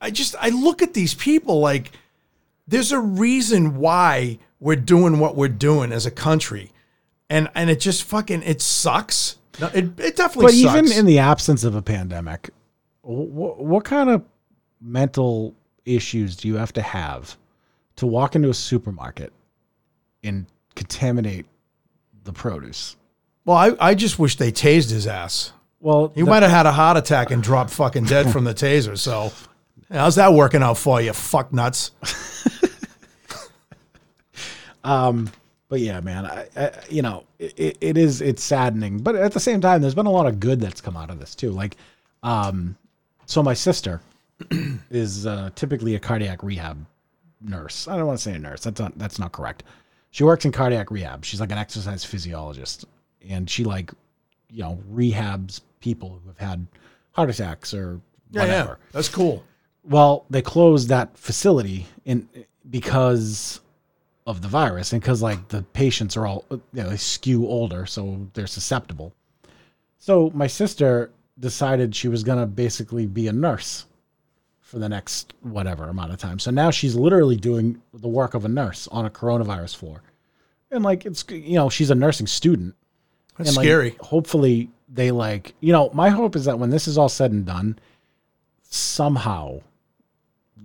I just, I look at these people like there's a reason why we're doing what we're doing as a country. And, and it just fucking, it sucks. No, it, it definitely but sucks. even in the absence of a pandemic, what, what kind of mental issues do you have to have to walk into a supermarket and contaminate the produce? well, I, I just wish they tased his ass. Well, He might have had a heart attack and dropped fucking dead from the taser. So, how's that working out for you, fuck nuts? but yeah, man, I, I you know, it, it is it's saddening, but at the same time, there's been a lot of good that's come out of this too. Like, um, so my sister [clears throat] is uh, typically a cardiac rehab nurse. I don't want to say a nurse. That's not that's not correct. She works in cardiac rehab. She's like an exercise physiologist, and she like, you know, rehabs people who have had heart attacks or Yeah, whatever. yeah. That's cool. Well, they closed that facility in because of the virus and because like the patients are all uh, you know they skew older, so they're susceptible. So my sister decided she was gonna basically be a nurse for the next whatever amount of time. So now she's literally doing the work of a nurse on a coronavirus floor, and like it's you know she's a nursing student, That's and, like, scary. hopefully they like you know my hope is that when this is all said and done, somehow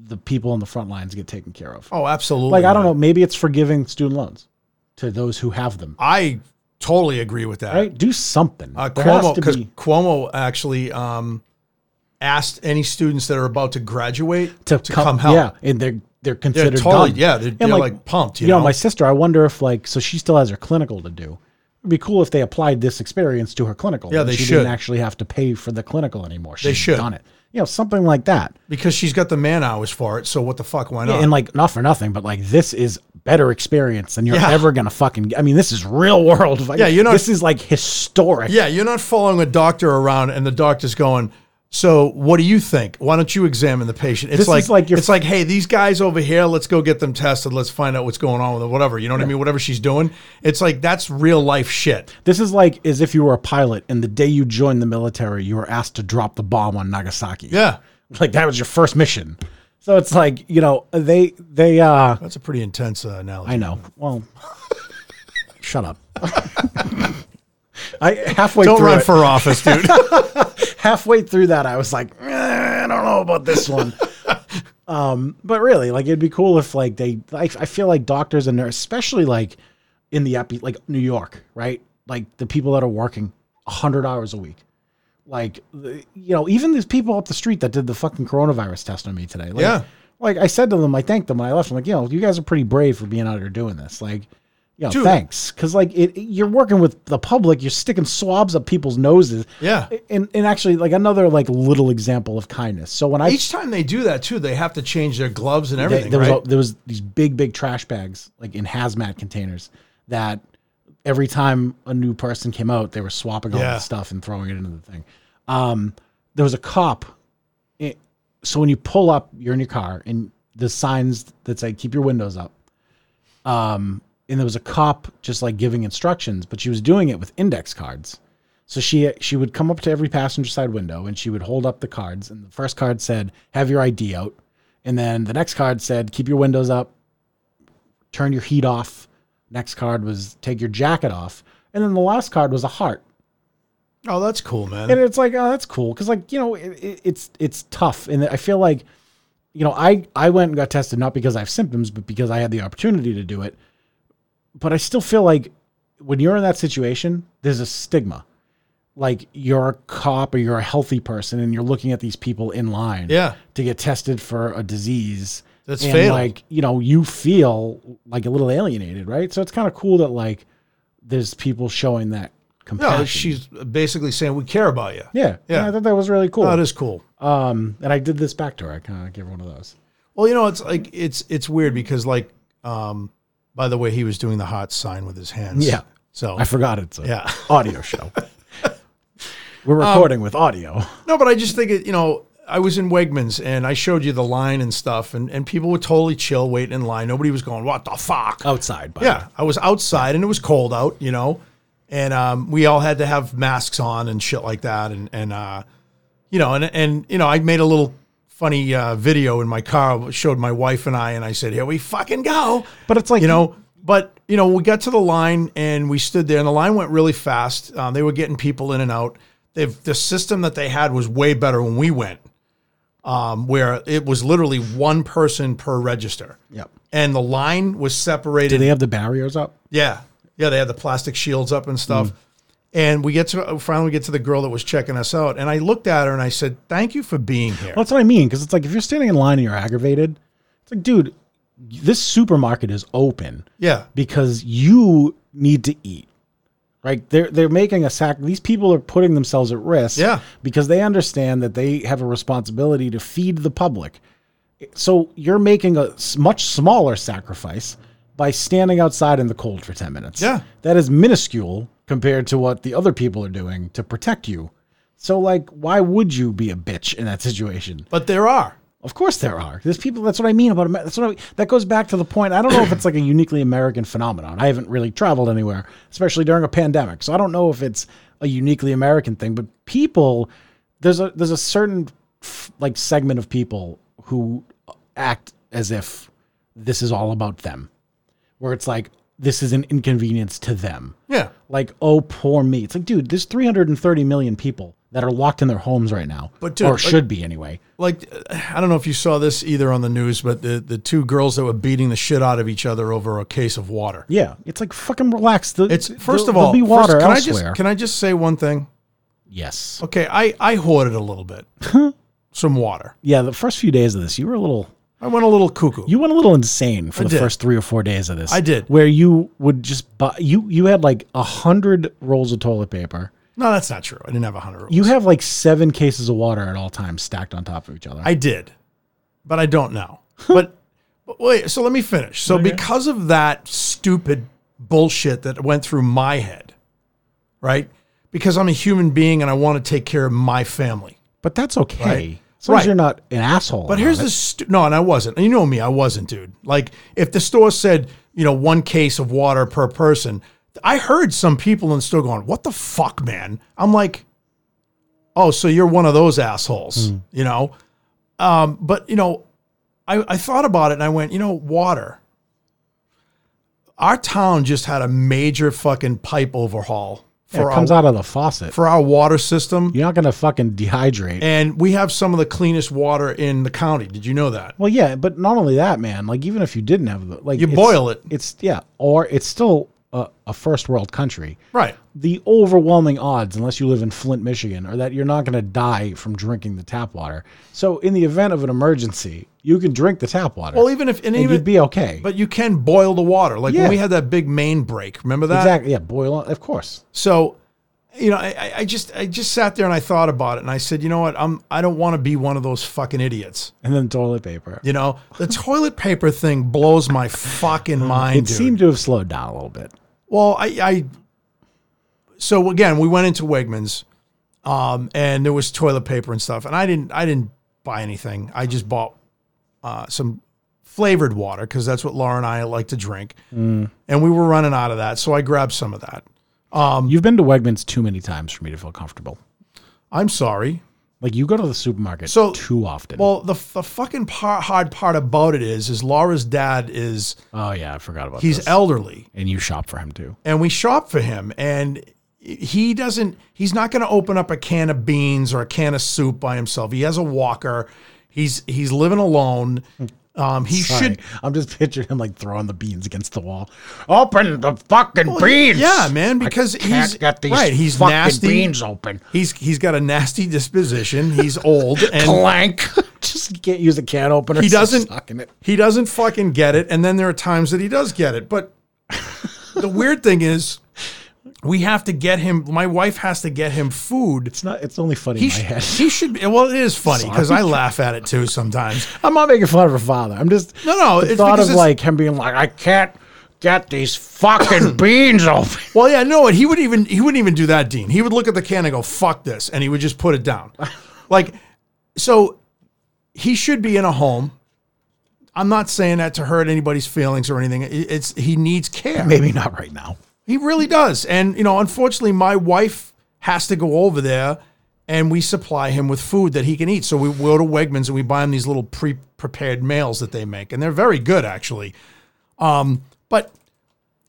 the people in the front lines get taken care of. oh, absolutely. like I don't man. know, maybe it's forgiving student loans to those who have them. I totally agree with that. Right? Do something. Uh, There has Cuomo, to because be Cuomo actually um, asked any students that are about to graduate to, come, come, help. Yeah, and they're they're they're considered totally, done. yeah, they're, they're like, like, pumped. You, You know, know, my sister, I wonder if like so she still has her clinical to do. It'd be cool if they applied this experience to her clinical. Yeah, and they she should. didn't actually have to pay for the clinical anymore. She's should. done it. You know, something like that. because she's got the man hours for it. So what the fuck? Why not? and like not for nothing, but like this is better experience than you're Yeah. ever gonna fucking. I mean, this is real world. [laughs] Like, Yeah, you're not- This is like historic. yeah, you're not following a doctor around, and the doctor's going, So what do you think? Why don't you examine the patient? This It's is like, like your- it's like, hey, these guys over here, let's go get them tested. Let's find out what's going on with them, whatever. You know what I mean? Whatever she's doing. It's like that's real life shit. This is like as if you were a pilot and the day you joined the military, you were asked to drop the bomb on Nagasaki. Yeah. [laughs] Like that was your first mission. So it's like, you know, they they uh That's a pretty intense uh, analogy. I know. Well [laughs] shut up. [laughs] I halfway Don't through run it- for office, dude. [laughs] halfway through that I was like, "Eh, I don't know about this [laughs] one. um, but really, like it'd be cool if like they I, I feel like doctors and nurses, especially like in the epi like New York, right? Like the people that are working hundred hours a week. Like the- you know, even these people up the street that did the fucking coronavirus test on me today. Like, Yeah. Like I said to them, I thanked them when I left. I'm like, you know, you guys are pretty brave for being out here doing this. Like, you know, Dude. thanks. Cause like it, you're working with the public, you're sticking swabs up people's noses yeah. and and actually like another like little example of kindness. So when I Each time they do that too, they have to change their gloves and there, everything, there was right? a, there was these big big trash bags like in hazmat containers that every time a new person came out, they were swapping all Yeah. the stuff and throwing it into the thing. Um, there was a cop. It- so when you pull up, you're in your car, and the signs that say "keep your windows up." Um, and there was a cop just like giving instructions, but she was doing it with index cards. So she she would come up to every passenger side window and she would hold up the cards. And the first card said, "Have your ID out," and then the next card said, "Keep your windows up, turn your heat off." Next card was "Take your jacket off," and then the last card was a heart. oh, that's cool, man. And it's like, oh, that's cool, because like you know, it, it, it's it's tough, and I feel like, you know, I I went and got tested not because I have symptoms, but because I had the opportunity to do it. But I still feel like when you're in that situation, there's a stigma, like you're a cop or you're a healthy person, and you're looking at these people in line, Yeah. to get tested for a disease That's and fatal. like you know you feel like a little alienated, right? So it's kind of cool that like there's people showing that compassion. No, she's basically saying we care about you. Yeah, Yeah. yeah. I thought that was really cool. Oh, that is cool. um, and I did this back to her. I kind of give her one of those. Well, you know, it's like it's it's weird because like, um, by the way, he was doing the hot sign with his hands. Yeah. So I forgot it's a Yeah. Um, audio [laughs] show. We're recording with audio. No, but I just think it, you know, I was in Wegmans and I showed you the line and stuff, and, and people were totally chill waiting in line. Nobody was going, what the fuck? Outside, by Yeah. I was outside and it was cold out, you know, and um, we all had to have masks on and shit like that. And, and uh, you know, and, and, you know, I made a little funny uh, video in my car, showed my wife and I, and I said, here we fucking go. But it's like You know, but you know, we got to the line and we stood there, and the line went really fast. Um, they were getting people in and out. They've, the system that they had was way better when we went, um, where it was literally one person per register. Yep. And the line was separated. Do they have the barriers up? Yeah, yeah, they had the plastic shields up and Mm. stuff. And we get to finally we get to the girl that was checking us out, and I looked at her and I said, "Thank you for being here." Well, that's what I mean. Because it's like if you're standing in line and you're aggravated, it's like, dude, this supermarket is open yeah, because you need to eat. Right? They're they're making a sac. These people are putting themselves at risk. Yeah. Because they understand that they have a responsibility to feed the public. So you're making a s- much smaller sacrifice by standing outside in the cold for ten minutes. Yeah. That is minuscule compared to what the other people are doing to protect you. So like, why would you be a bitch in that situation? but there are. Of course there are. There's people. That's what I mean about Amer- that's what I, that goes back to the point. I don't know if it's like a uniquely American phenomenon. I haven't really traveled anywhere, especially during a pandemic. So I don't know if it's a uniquely American thing. But people, there's a there's a certain f- like segment of people who act as if this is all about them, where it's like this is an inconvenience to them Yeah, like, oh, poor me. It's like, dude, there's 330 million people that are locked in their homes right now, But, dude, or like- should be anyway. like uh, I don't know if you saw this either on the news, but the the two girls that were beating the shit out of each other over a case of water. Yeah, it's like fucking relax. The, It's th- first there'll- of all, there'll be water first, can elsewhere. I just can I just say one thing? yes, Okay, I I hoarded a [laughs] little bit, some water. yeah. The first few days of this, you were a little, I went a little cuckoo. you went a little insane for the did. first three or four days of this. I did. where you would just buy you you had like a hundred rolls of toilet paper. no, that's not true. I didn't have a hundred. You have like seven cases of water at all times stacked on top of each other. I did, but I don't now. But, but wait, so let me finish. So because of that stupid bullshit that went through my head, right? Because I'm a human being and I want to take care of my family. But that's okay. Right. As long as Right. you're not an asshole. But here's the stu- no, and I wasn't. You know me, I wasn't, dude. Like if the store said, you know, one case of water per person, I heard some people in the store going, "What the fuck, man?" I'm like, "Oh, so you're one of those Hmm. assholes," you know. Um, but you know, I, I thought about it and I went, you know, water. Our town just had a major fucking pipe overhaul Yeah, for it comes our out of the faucet. for our water system, You're not gonna fucking dehydrate. and we have some of the cleanest water in the county. Did you know that? well, yeah, but not only that, man. Like even if you didn't have the like, You it's- boil it. It's yeah, or it's still a, a first world country. Right. The overwhelming odds, unless you live in Flint, Michigan, are that you're not gonna die from drinking the tap water. So in the event of an emergency, you can drink the tap water. Well, even if and and even you'd be okay. but you can boil the water. Like Yeah. when we had that big main break, remember that? exactly, yeah, boil on, of course. So, you know, I, I- I just I just sat there and I thought about it and I said, you know what? I'm I don't want to be one of those fucking idiots. And then toilet paper. You know, the toilet paper thing blows my fucking mind. it dude. seemed to have slowed down a little bit. Well, I, I so again, we went into Wegmans, um, and there was toilet paper and stuff, and I didn't I didn't buy anything. I just bought uh, some flavored water because that's what Laura and I like to drink, and we were running out of that, so I grabbed some of that. Um, You've been to Wegmans too many times for me to feel comfortable. I'm sorry. Like you go to the supermarket So- too often. Well, the the fucking par hard part about it is, is Laura's dad is oh yeah, I forgot about he's this. elderly, and you shop for him too. and we shop for him and he doesn't he's not going to open up a can of beans or a can of soup by himself he has a walker he's he's living alone um he should Sorry. I'm just picturing him like throwing the beans against the wall. Oh, Open the fucking beans. yeah man because he's Can't get these right he's fucking nasty beans open. he's he's got a nasty disposition [laughs] he's old and [laughs] Clank. just you can't use a can opener. he so doesn't sucking it. he doesn't fucking get it and then there are times that he does get it but the weird thing is we have to get him my wife has to get him food It's not. It's only funny He, in my sh- head. [laughs] he should be. Well, it is funny because Sorry. I laugh at it too sometimes. I'm not making fun of her father. I'm just No, no, The it's thought because of it's- like him being like, I can't get these [coughs] fucking beans open. Well, yeah, no, and he would even he wouldn't even do that, Dean. He would look at the can and go, "Fuck this," and he would just put it down. like, so he should be in a home. I'm not saying that to hurt anybody's feelings or anything. It- It's he needs care. Maybe not right now. He really does. And, you know, unfortunately, my wife has to go over there and we supply him with food that he can eat. So we go to Wegmans and we buy him these little pre prepared meals that they make. And they're very good, actually. Um, but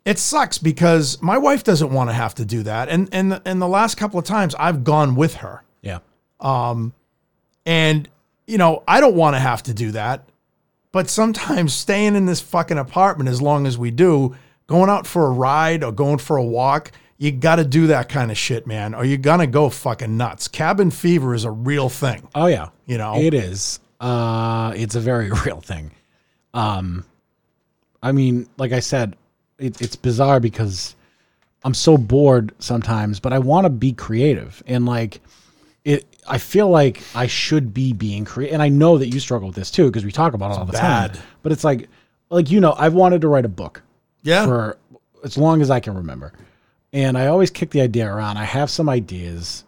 it sucks because my wife doesn't want to have to do that. And, and, the- and the last couple of times I've gone with her. Yeah. And, you know, I don't want to have to do that. But sometimes staying in this fucking apartment as long as we do, going out for a ride or going for a walk, you got to do that kind of shit, man, or you're going to go fucking nuts. Cabin fever is a real thing, Oh yeah. you know? It is. Uh, it's a very [laughs] real thing. Um, I mean, like I said, it, it's bizarre because I'm so bored sometimes, but I want to be creative and like it. I feel like I should be being creative, and I know that you struggle with this too because we talk about it all the bad. time. But it's like, like you know, I've wanted to write a book yeah. for as long as I can remember. And I always kick the idea around. I have some ideas.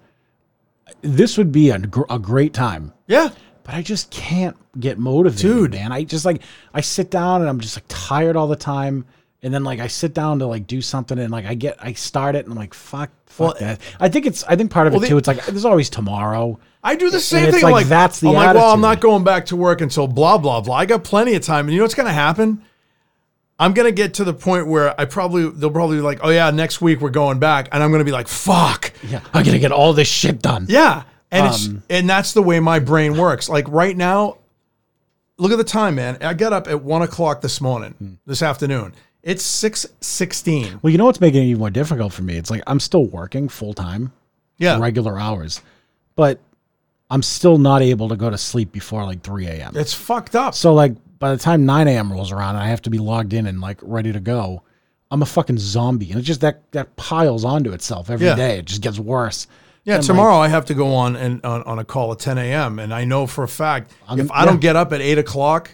This would be a, gr- a great time, yeah. but I just can't get motivated, Dude. man. I just like I sit down and I'm just like tired all the time. And then like I sit down to like do something and like I get I start it and I'm like fuck fuck that. I think it's I think part of it the- too. It's like there's always tomorrow. I do the same it's thing. like, that's the I'm like, well, attitude. I'm not going back to work until blah blah blah. I got plenty of time, and you know what's going to happen? I'm going to get to the point where I probably they'll probably be like, oh yeah, next week we're going back, and I'm going to be like, fuck, Yeah, I'm gonna get all this shit done. Yeah. And it's and that's the way my brain works. Like right now, look at the time, man. I got up at one o'clock this morning, this afternoon. It's six sixteen. Well, you know what's making it even more difficult for me? It's like I'm still working full time. Yeah. regular hours, but I'm still not able to go to sleep before like 3 a.m. It's fucked up. So like by the time 9 a.m. rolls around and I have to be logged in and like ready to go, I'm a fucking zombie, and it's just that that piles onto itself every day. Yeah. It just gets worse. Yeah, tomorrow I have to go on and on, on a call at 10 a.m. And I know for a fact if I don't get up at eight o'clock,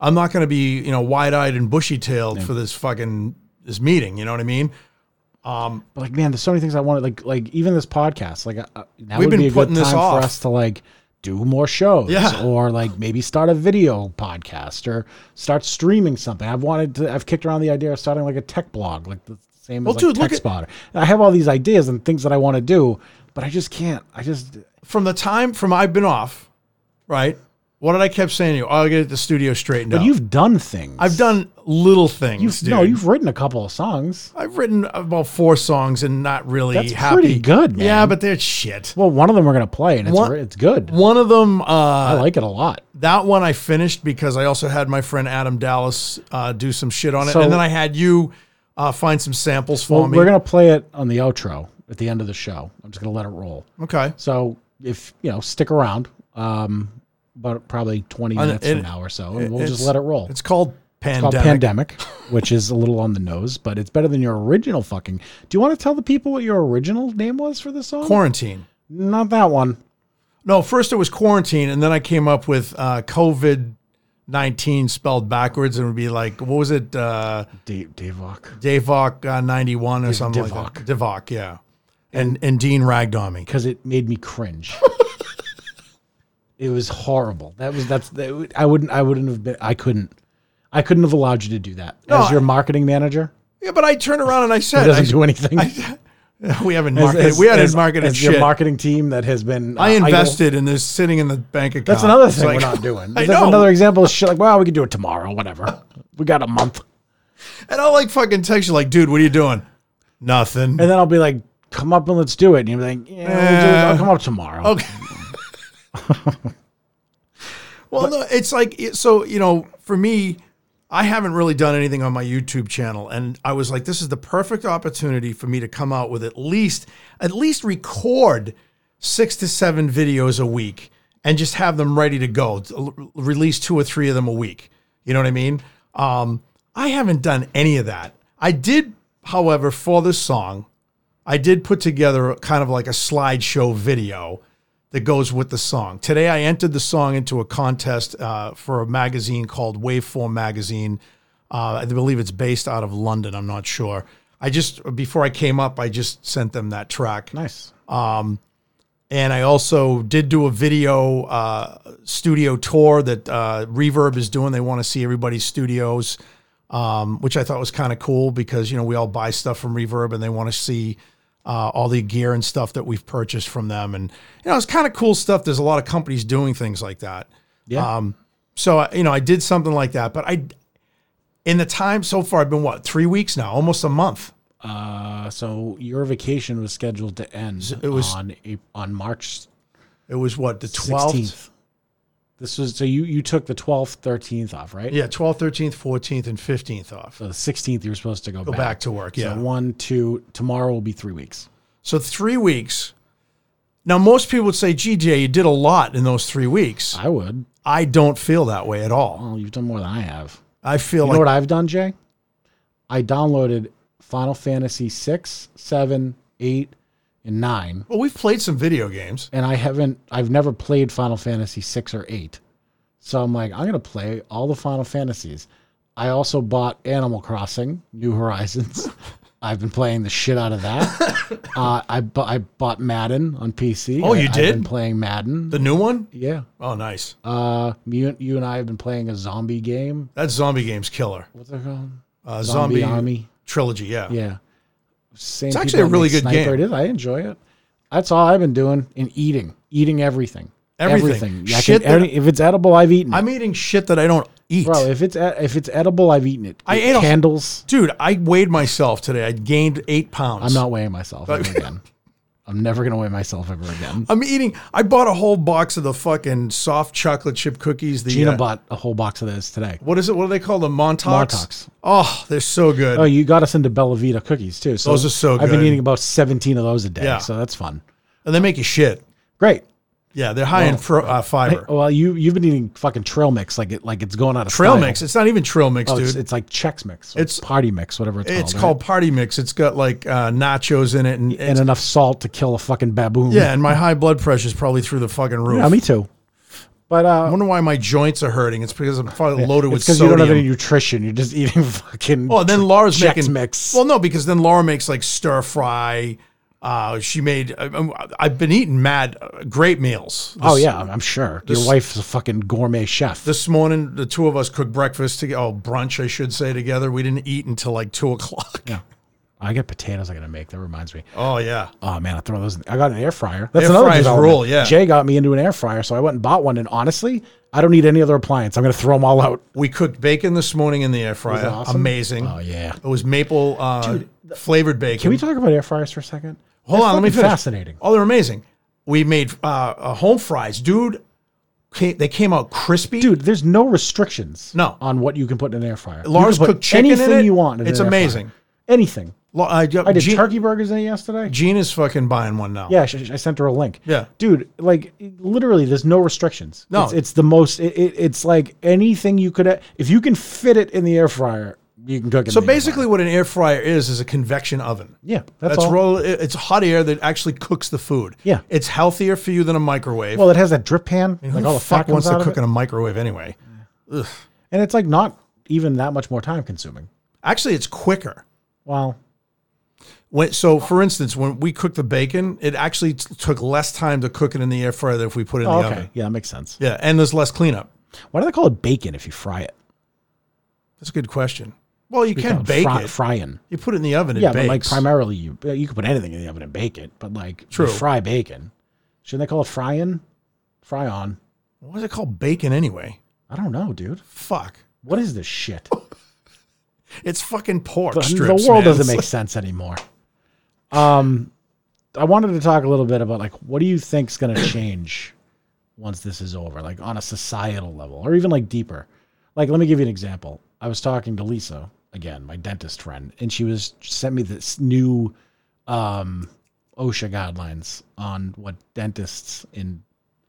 I'm not going to be you know wide eyed and bushy tailed for this fucking this meeting. You know what I mean? But like, man, there's so many things I wanted. Like, like even this podcast. Like, uh, now We've would been be a putting good this time off. for us to like do more shows Yeah. or like maybe start a video podcast or start streaming something. I've wanted to, I've kicked around the idea of starting like a tech blog, like the same Well, as dude, like look Tech at- Spotter. I have all these ideas and things that I want to do, but I just can't. I just, From the time from I've been off, right? What did I kept saying to you? I'll get the studio straightened but out. you've done things. I've done little things, You've, dude. no, you've written a couple of songs. I've written about four songs and not really That's happy. pretty good, man. Yeah, but they're shit. Well, one of them we're gonna play, and it's One- re- it's good. One of them, I uh, like it a lot. that one I finished because I also had my friend Adam Dallas uh, do some shit on it, So- and then I had you uh, find some samples for Well, me. we're gonna play it on the outro at the end of the show. I'm just gonna let it roll. okay, So if you know, stick around. Um, but probably 20 And minutes it- from now or so, and we'll just it's- let it roll. it's called called pandemic. Pandemic, [laughs] which is a little on the nose, but it's better than your original fucking. Do you want to tell the people what your original name was for the song? quarantine. Not that one. No, first it was quarantine, and then I came up with uh, COVID nineteen spelled backwards, and it would be like what was it? Uh, Dave Davok. Davok uh, ninety one or something like that. Divok, yeah. And and Dean ragged on me. Because it made me [laughs] cringe. it was horrible. That was that's. That, would- I wouldn't. I wouldn't have been. I couldn't. I couldn't have allowed you to do that No, as your I- marketing manager. Yeah, but I turned around and I It said, doesn't I- do anything. we haven't As- marketed. as- we hadn't as- marketed as shit. your marketing team that has been. uh, I idle. invested in this sitting in the bank account. That's another It's thing like- we're not doing. [laughs] I That's know. another example of shit like, well, we can do it tomorrow, whatever. We got a month. And I'll like fucking text you like, dude, what are you doing? Nothing. And then I'll be like, come up and let's do it. And you'll be like, yeah, we'll do it. I'll come up tomorrow. Okay. [laughs] well, no, it's like it- so you know, for me, I haven't really done anything on my YouTube channel, and I was like, this is the perfect opportunity for me to come out with at least at least record six to seven videos a week and just have them ready to go. to l- Release two or three of them a week. You know what I mean? Um, I haven't done any of that. I did, however, for this song, I did put together kind of like a slideshow video that goes with the song. Today, I entered the song into a contest uh, for a magazine called Waveform Magazine. Uh, I believe it's based out of London. I'm not sure. I just before I came up, I just sent them that track, Nice. and I also did do a video uh, studio tour that uh, Reverb is doing. They want to see everybody's studios, um, which I thought was kind of cool because you know we all buy stuff from Reverb, and they want to see uh, all the gear and stuff that we've purchased from them. And you know, it's kind of cool stuff. There's a lot of companies doing things like that. Yeah. Um, so I- you know, I did something like that, but I, in the time so far, I've been what three weeks now, almost a month. Uh, so your vacation was scheduled to end it was- on a, on March It was what the twelfth, 16th. This was so you you took the 12th, 13th off, right? yeah, twelfth, thirteenth, fourteenth, and fifteenth off. So the 16th you were supposed to go, Go back to work. Yeah. So one, two, tomorrow will be 3 weeks. So three weeks. Now, most people would say, GJ, you did a lot in those three weeks. I would. I don't feel that way at all. Well, you've done more than I have. I feel You know like, what I've done, Jay? I downloaded Final Fantasy 6, 7, 8, and 9, well, we've played some video games. and I haven't I've never played Final Fantasy 6 or 8. So I'm like, I'm going to play all the Final Fantasies. I also bought Animal Crossing New [laughs] Horizons. I've been playing the shit out of that. uh, I bu- I bought Madden on PC. Oh, I- you I've did? been playing Madden. The new one? yeah. Oh, nice. Uh, you, you and I have been playing a zombie game. That zombie game's killer. What's it called? Uh, Zombie zombie Army. trilogy, yeah. Yeah. Same It's actually people a that really make good Sniper game. It is. I enjoy it. That's all I've been doing and eating, eating everything. Everything. Yeah, I Shit can- that- if it's edible, I've eaten it. I'm eating shit that I don't eat. Bro, if it's e- if it's edible, I've eaten it. I ate a- candles. Dude, I weighed myself today. I gained eight pounds. I'm not weighing myself ever again. I'm never gonna weigh myself ever [laughs] again. I'm eating. I bought a whole box of the fucking soft chocolate chip cookies. The Gina uh, bought a whole box of those today. what is it? What do they call the Montauk? Montauk's. Oh, they're so good. Oh, you got us into Bella Vita cookies too. So Those are so I've been good. eating about 17 of those a day. Yeah. So that's fun. and they make you shit. Great. Yeah, they're high in fro- uh, fiber. Well, you you've been eating fucking trail mix like it like it's going out of Trail style. mix. It's not even trail mix, Oh, dude. it's, oh, it's It's, like Chex Mix. Or It's- it's party mix, whatever it's, called. right? called party mix. It's got like uh, nachos in it, and, and enough salt to kill a fucking baboon. [laughs] yeah, and my high blood pressure is probably through the fucking roof. Yeah, me too. But I uh, wonder why my joints are hurting. It's because I'm probably loaded with it's because you don't have sodium. any nutrition. You're just [laughs] eating fucking. Oh, and then Laura's Chex making Mix. Well, no, because then Laura makes like stir fry, Uh, she made. I, I'm- I've been eating mad uh, great meals. Oh yeah, I'm I'm sure. Your wife's a fucking gourmet chef. This morning, the two of us cooked breakfast together. Oh, brunch, I should say, together. We didn't eat until like two o'clock. yeah. I got potatoes I gotta make. That reminds me. Oh yeah. Oh man, I throw those. In, I got an air fryer. That's Air another fryer's development. rule, yeah. Jay got me into an air fryer, so I went and bought one. And honestly, I don't need any other appliance. I'm gonna throw them all out. We cooked bacon this morning in the air it fryer. awesome? Amazing. Oh yeah. It was maple uh, flavored bacon. Can we talk about air fryers for a second? Hold They're on, let me fucking finish. Fascinating. Oh, they're amazing. We made uh, uh, home fries, dude. ca- They came out crispy, Dude, there's no restrictions. No. on what you can put in an air fryer. You Lars can put cooked chicken in anything it. you want. in It's an air fryer. amazing. Anything. Lo- I, I did Gene, turkey burgers in it yesterday. Gene is fucking buying one now. Yeah, I, sh- I sent her a link. Yeah. dude, like literally, there's no restrictions. No. it's, it's the most. It, it, it's like anything you could. If you can fit it in the air fryer, you can cook it. So basically, what an air fryer is is a convection oven. yeah, that's, That's, all. roll. it- It's hot air that actually cooks the food. Yeah. it's healthier for you than a microwave. Well, it has that drip pan. Who like all the fat fuck comes wants to out of cook it. in a microwave anyway? and it's like not even that much more time consuming. Actually, it's quicker. Well, When, so, for instance, when we cook the bacon, it actually t- took less time to cook it in the air fryer than if we put it in oh, the okay, oven. yeah, that makes sense. Yeah, and there's less cleanup. Why do they call it bacon if you fry it? That's a good question. Well, you can Kind of bake fry, it. frying. you put it in the oven. It Yeah, bakes. but like primarily you uh, you could put anything in the oven and bake it, but like you True. fry bacon. Shouldn't they call it frying? Fry on. what is it called? Bacon anyway. I don't know, dude. Fuck. What is this shit? It's fucking pork The, the strips. world man. doesn't It's make like- sense anymore. Um, I wanted to talk a little bit about like what do you think's going to change once this is over, like on a societal level, or even like deeper. Like, let me give you an example. I was talking to Lisa again, my dentist friend, and she was she sent me this new um, OSHA guidelines on what dentists in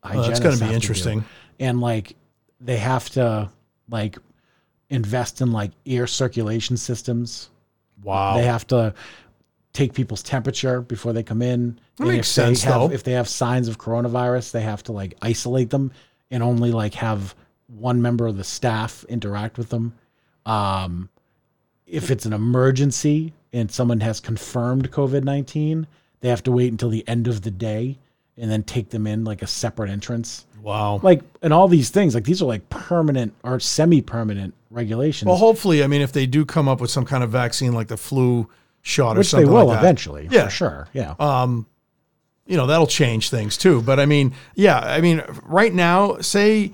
Oh, hygienists that's going to have be do interesting. and like they have to like invest in like air circulation systems. Wow. They have to take people's temperature before they come in. That And if makes they sense, have- though. If they have signs of coronavirus, they have to like isolate them and only like have one member of the staff interact with them. Um, if it's an emergency and someone has confirmed COVID 19, they have to wait until the end of the day and then take them in like a separate entrance wow. like and all these things like these are like permanent or semi-permanent regulations well, hopefully, I mean, if they do come up with some kind of vaccine, like the flu shot or which they something will like that, eventually Yeah. for sure yeah you know that'll change things too but i mean yeah i mean right now say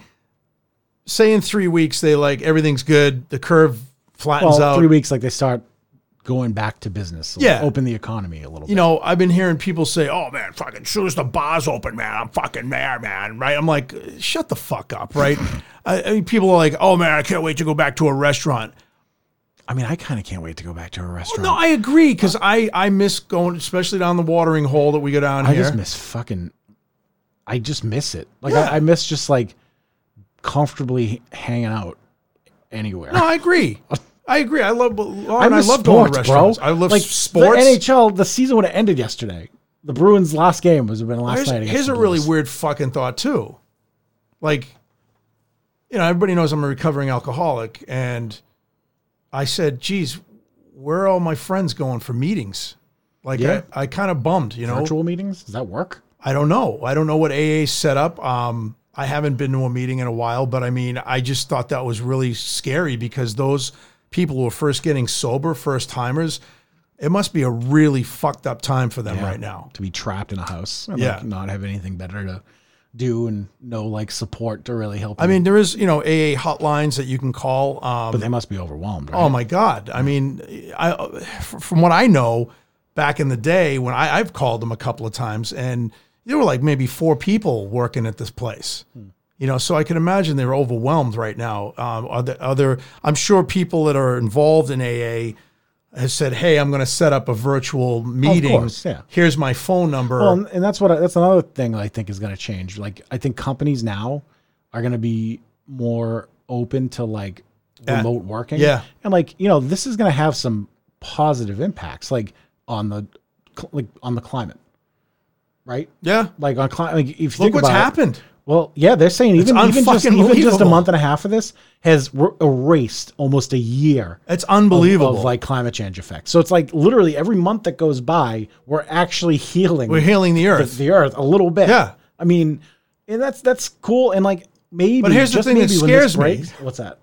say in three weeks they like everything's good the curve flattens well out three weeks like they start going back to business like, Yeah. open the economy a little bit you know i've been hearing people say oh man fucking soon as the bar's open man i'm fucking there man right i'm like shut the fuck [laughs] up right I, I mean people are like oh man i can't wait to go back to a restaurant i mean i kind of can't wait to go back to a restaurant no i agree because i i miss going especially down the watering hole that we go down i here just miss fucking i just miss it like Yeah. I, I miss just like comfortably hanging out anywhere no i [laughs] agree I agree. I love. I, I, I miss love going sports, to restaurants. bro. I love like sports. The NHL, the season would have ended yesterday. The Bruins' last game was been last Here's, night. against here's the a really Blues. weird fucking thought too. Like, you know, everybody knows I'm a recovering alcoholic, and I said, "Geez, where are all my friends going for meetings?" Like, Yeah. I, I kind of bummed, you know. virtual meetings. Does that work? I don't know. I don't know what AA set up. Um, I haven't been to a meeting in a while, but I mean, I just thought that was really scary because those people who are first getting sober, first timers, it must be a really fucked up time for them right now. to be trapped in a house and Yeah. like not have anything better to do and no like support to really help. I mean, there is, you know, AA hotlines that you can call. Um, but they must be overwhelmed. Right? Oh my God! I mean, I f- from what I know, back in the day when I, I've called them a couple of times, and there were like maybe four people working at this place. Hmm. You know, so I can imagine they're overwhelmed right now. Um, other, other, I'm sure people that are involved in AA have said, "Hey, I'm going to set up a virtual meeting. course, yeah. Here's my phone number." Well, Oh, um, and- and that's what I, that's another thing I think is going to change. Like I think companies now are going to be more open to like remote working. yeah. and like you know this is going to have some positive impacts like on the cl- like on the climate, right? yeah, Like on climate. Like if you look think what's about it, happened. Well, yeah, they're saying even even just unfucking even just a believable. month and a half of this has re- erased almost a year It's unbelievable. of like climate change effects. So it's like literally every month that goes by, we're actually healing We're healing the the, earth. the earth a little bit. Yeah. I mean, and that's that's cool and like maybe But here's the just thing that maybe when this scares me. breaks- What's that?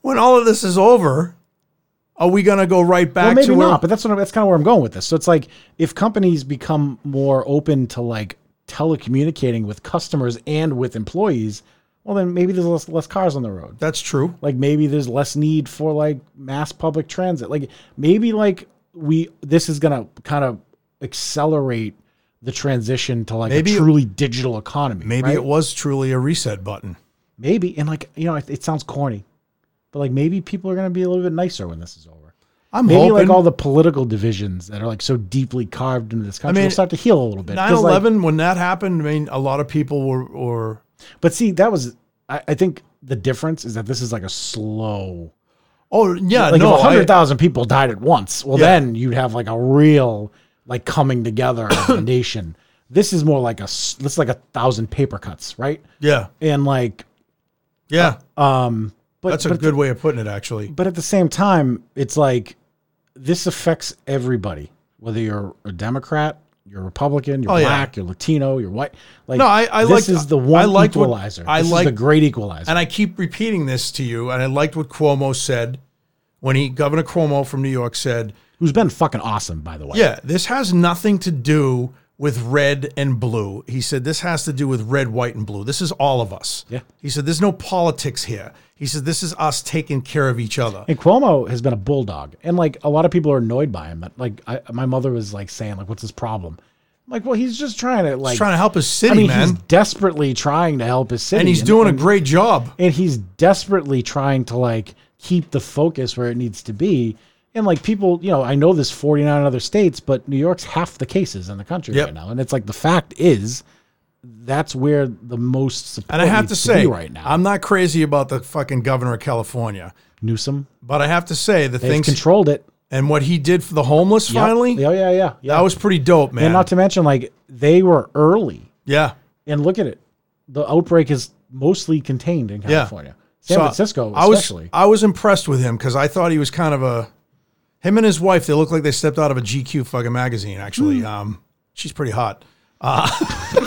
when all of this is over, are we going to go right back Well, maybe to where? not, but that's what I'm, that's kind of where I'm going with this. So it's like if companies become more open to like telecommunicating with customers and with employees, well then maybe there's less, less cars on the road. That's true. Like maybe there's less need for like mass public transit. Like maybe like we this is gonna kind of accelerate the transition to like Maybe a it- truly digital economy. Maybe right? it was truly a reset button. maybe and like you know it, it sounds corny, but like maybe people are gonna be a little bit nicer when this is over. I'm Maybe hoping. like all the political divisions that are like so deeply carved into this country mean, will start to heal a little bit. 9 'Cause, like- 11, when that happened, I mean, a lot of people were, were but see, that was I, I think the difference is that this is like a slow. oh, yeah, Like no. if I- hundred thousand people died at once, well Yeah. then you'd have like a real like coming together [coughs] of the nation. This is more like a s- this is like a thousand paper cuts, right? yeah, And like, yeah. um, but That's a but good way of putting it, actually. but at the same time, it's like this affects everybody, whether you're a Democrat, you're Republican, you're Oh, yeah. black, you're Latino, you're white. Like No, I- I this liked- is the I one liked what- equalizer. I this is the liked- great equalizer. And I keep repeating this to you, and I liked what Cuomo said when he, Governor Cuomo from New York said, who's been fucking awesome, by the way. Yeah, this has nothing to do with red and blue. He said this has to do with red, white, and blue. This is all of us. Yeah. He said there's no politics here. He said this is us taking care of each other. And Cuomo has been a bulldog, and like a lot of people are annoyed by him. But like, I, my mother was like saying, like, "What's his problem?" I'm like, well, he's just trying to like. He's trying to help his city, I mean, man. he's desperately trying to help his city, and he's doing a great job. and he's desperately trying to like keep the focus where it needs to be and like people you know i know there's 49 other states but new york's half the cases in the country Yep. right now and it's like the fact is that's where the most support And I have to needs say, be right now I'm not crazy about the fucking governor of California, newsom but I have to say the they've things controlled it and what he did for the homeless Yep. finally, oh yeah yeah yeah that was pretty dope, man. and not to mention like they were early yeah. and look at it the outbreak is mostly contained in california san So, francisco I was especially I was impressed with him because I thought he was kind of a him and his wife. They look like they stepped out of a GQ fucking magazine. Hmm. Actually, um, she's pretty hot. Uh, [laughs]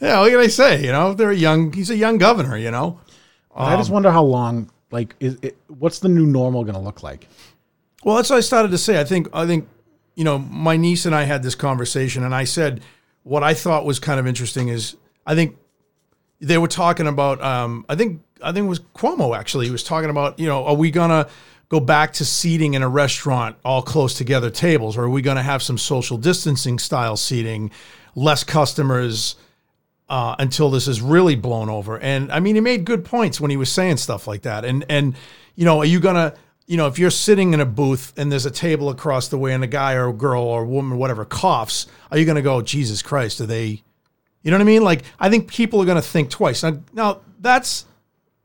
yeah, what can I say? You know, they're a young. He's a young governor. You know, i um, just wonder how long like is it, what's the new normal going to look like Well, that's what I started to say. I think I think you know my niece and I had this conversation, and I said what I thought was kind of interesting is I think they were talking about um, I think I think it was Cuomo actually. He was talking about you know are we gonna go back to seating in a restaurant all close together tables, or are we gonna have some social distancing style seating, less customers? uh, until this is really blown over. And I mean, he made good points when he was saying stuff like that. And and you know, are you gonna you know, if you're sitting in a booth and there's a table across the way and a guy or a girl or a woman, whatever, coughs, are you gonna go, Jesus Christ, are they you know what I mean? Like I think people are gonna think twice. Now, now that's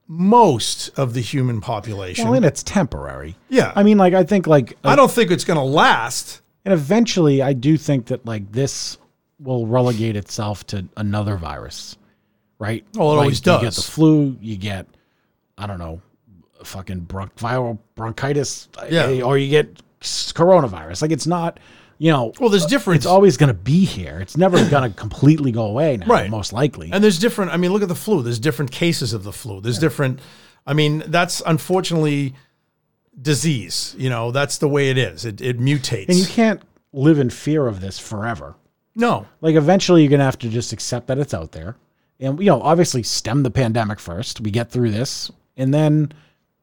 most of the human population. Well, and it's temporary. Yeah. I mean, like, I think, like, I don't think it's gonna last. and eventually I do think that, like, this will relegate itself to another virus, right? Oh, it Like, always You get does. the flu, you get, I don't know, fucking bron- viral bronchitis, Yeah. eh, or you get s- coronavirus. Like, it's not, you know, Well, there's different it's always going to be here. It's never going to completely go away now, Right. most likely. And there's different. I mean, look at the flu. There's different cases of the flu. There's different. I mean, that's unfortunately disease. You know, that's the way it is. It, it mutates. and you can't live in fear of this forever. no, like eventually you're gonna have to just accept that it's out there and you know obviously stem the pandemic first we get through this and then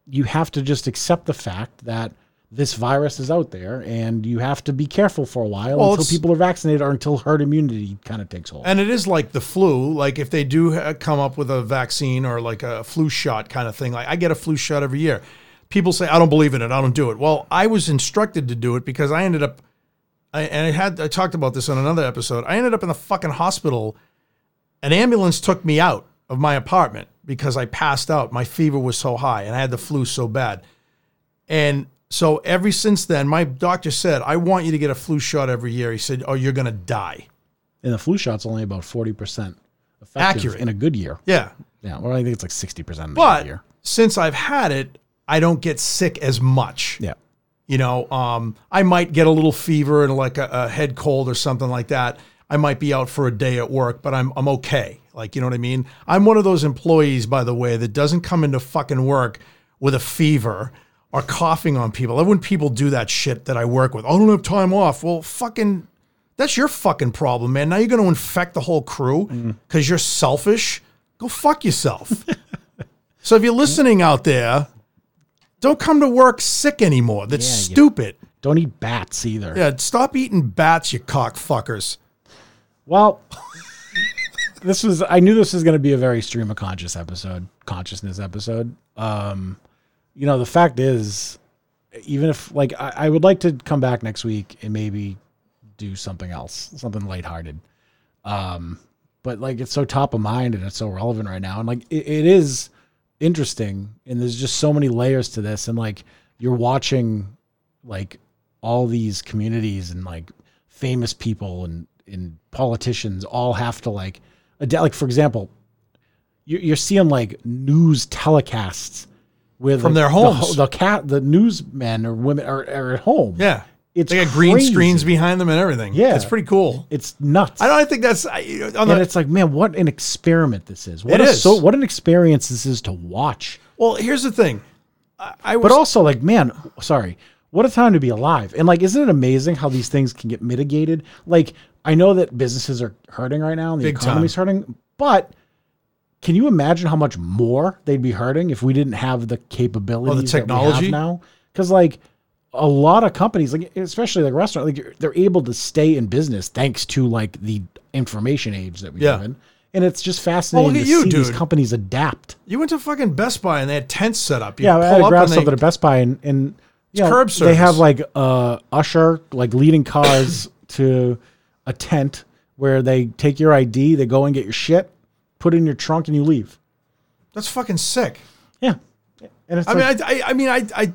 you have to just accept the fact that this virus is out there and you have to be careful for a while Well, until it's- people are vaccinated or until herd immunity kind of takes hold and it is like the flu. Like if they do uh, come up with a vaccine or like a flu shot kind of thing. Like I get a flu shot every year. People say I don't believe in it. I don't do it. Well, I was instructed to do it because I ended up. I, and I had I talked about this on another episode. I ended up in the fucking hospital an ambulance took me out of my apartment because I passed out. My fever was so high and I had the flu so bad. And so ever since then, my doctor said, I want you to get a flu shot every year. He said, Oh, you're going to die. and the flu shot's only about forty percent effective Accurate. in a good year. Yeah. Yeah, well, I think it's like sixty percent in a good But year. since I've had it, I don't get sick as much. Yeah, You know, um, I might get a little fever and like a, a head cold or something like that. I might be out for a day at work, but I'm I'm okay. Like, you know what I mean? I'm one of those employees, by the way, that doesn't come into fucking work with a fever or coughing on people. I love when people do that shit that I work with. "Oh, I don't have time off. Well, fucking that's your fucking problem, man. Now you're gonna infect the whole crew Mm-hmm. because you're selfish. Go fuck yourself. [laughs] so if you're listening out there, don't come to work sick anymore. That's Yeah, you- stupid. don't eat bats either. Yeah, stop eating bats, you cockfuckers. Well, [laughs] this was I knew this was going to be a very stream of conscious episode, consciousness episode. Um, you know, the fact is, even if like I, I would like to come back next week and maybe do something else, something lighthearted. Um, but like it's so top of mind and it's so relevant right now, and like it, it is interesting, and there's just so many layers to this, and like you're watching like all these communities and like famous people and and politicians all have to like adapt. Like for example, you're, you're seeing like news telecasts with From their homes. The, ho- the cat, the newsmen or women are, are at home. Yeah, it's they got green crazy. screens behind them and everything. Yeah. it's pretty cool. It's nuts. I don't I think that's I, you know, and on the, it's like, man, what an experiment this is! What It a, is. so what an experience this is to watch. well. Here's the thing, I, I was But also, like, man, sorry, what a time to be alive. And like, isn't it amazing how these things can get mitigated? Like, I know that businesses are hurting right now and the Big economy's hurting, but can you imagine how much more they'd be hurting if we didn't have the capabilities that we technology? have now? Because like a lot of companies, like especially like restaurant, like you're- they're able to stay in business thanks to like the information age that we Yeah. live in. And it's just fascinating look to at you, see these dude. companies adapt. you went to fucking Best Buy and they had tents set up. You Yeah, I had to grab and they- something at Best Buy, and, and you know, curb they have service. like uh, usher, like leading [coughs] cars to a tent where they take your ID, they go and get your shit, put it in your trunk, and you leave. that's fucking sick. Yeah, and it's I like, mean, I, I, I mean, I, I,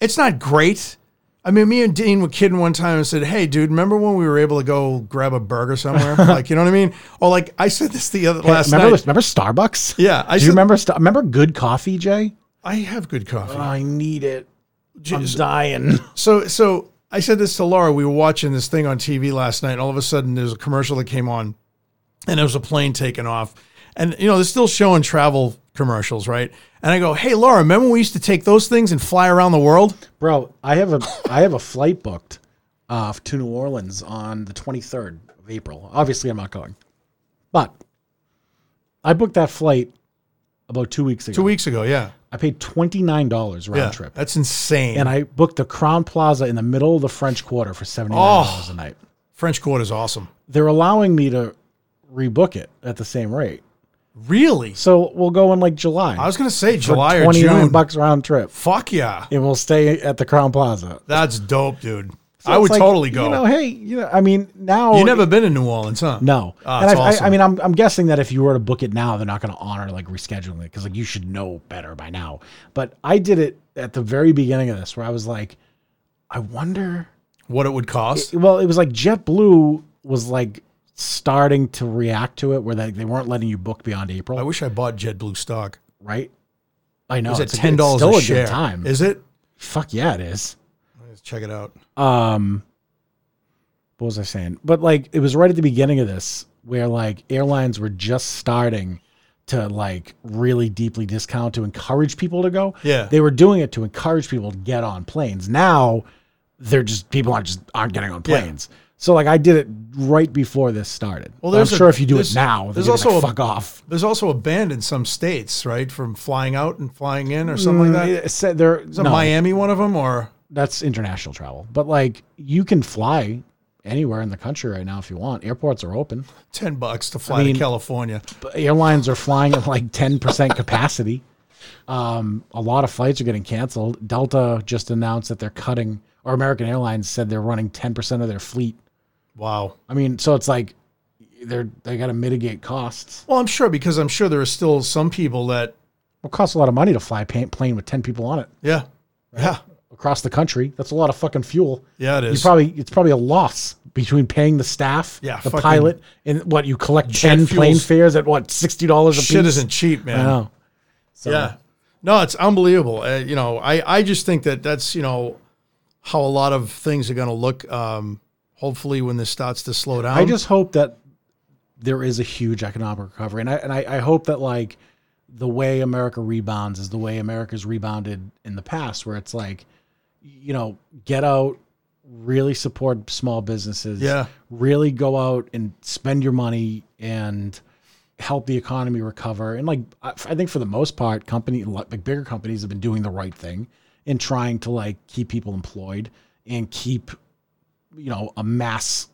it's not great. I mean, me and Dean were kidding one time and said, "Hey, dude, remember when we were able to go grab a [laughs] burger somewhere? like, you know what I mean? Or like, I said this the other last remember night. this- remember Starbucks? [laughs] Yeah, I I do said- you remember Star- remember good coffee, Jay? I have good coffee. I need it. I'm dying. So so I said this to Laura. We were watching this thing on TV last night, and all of a sudden there's a commercial that came on, and there was a plane taking off. And you know, they're still showing travel commercials, right? And I go, Hey Laura, remember when we used to take those things and fly around the world? Bro, I have a I have a flight booked uh, to New Orleans on the 23rd of April. Obviously, I'm not going, but I booked that flight about two weeks ago. Two weeks ago, yeah. I paid twenty nine dollars round Yeah. trip, That's insane. and I booked the Crown Plaza in the middle of the French Quarter for seventy nine Oh. dollars a night. French Quarter is awesome. They're allowing me to rebook it at the same rate, Really? so we'll go in like July. I was gonna say July or twenty nine June. bucks round trip, Fuck yeah. and we'll stay at the Crown Plaza. That's dope, dude. So I it's would like, totally go. You You know, hey, you know, I mean, now have never been in New Orleans, huh? No, Ah, and it's I, awesome. I, I mean, I'm, I'm guessing that if you were to book it now, they're not going to honor like rescheduling it because like you should know better by now. But I did it at the very beginning of this, where I was like, I wonder. What it would cost? Well, it was like JetBlue was like starting to react to it, where they, they weren't letting you book beyond April, I wish I bought JetBlue stock. right? I know Is it it's ten dollars Still a a share? good time. Is it? Fuck yeah, it is. Let's check it out. um what was i saying but like it was right at the beginning of this where like airlines were just starting to like really deeply discount to encourage people to go Yeah. they were doing it to encourage people to get on planes now they're just people aren't just aren't getting on Yeah. planes so like i did it right before this started well there's i'm a- sure if you do it there's- now there's there's also also a- fuck off There's also a ban in some states, right, from flying out and flying in or something like that. It said there- Is Mm, no. Uh, Miami one of them or? that's international travel but like you can fly anywhere in the country right now if you want airports are open 10 bucks to fly mean- to California. airlines are flying at like 10% capacity. Um, a lot of flights are getting canceled. Delta just announced that they're cutting, or American Airlines said they're running 10% of their fleet. Wow. I mean, so it's like they're they got to mitigate costs. Well, I'm sure because I'm sure there are still some people that, It costs a lot of money to fly a pa- plane with 10 people on it yeah, yeah, across the country. That's a lot of fucking fuel. yeah, it You is. probably it's probably a loss between paying the staff, Yeah, the fucking- pilot, and what you collect Jet ten plane fuels. fares at what sixty dollars a piece. Shit isn't cheap, man. I know. So, Yeah. No, it's unbelievable. Uh, you know, I, I just think that that's, you know, how a lot of things are going to look, um, hopefully, when this starts to slow down. I just hope that there is a huge economic recovery, and I and I, I hope that like the way America rebounds is the way America's rebounded in the past, where it's like, you know, get out, really support small businesses, Yeah. really go out and spend your money and help the economy recover. And like, I, I think for the most part, company like bigger companies have been doing the right thing in trying to like keep people employed and keep, you know, a mass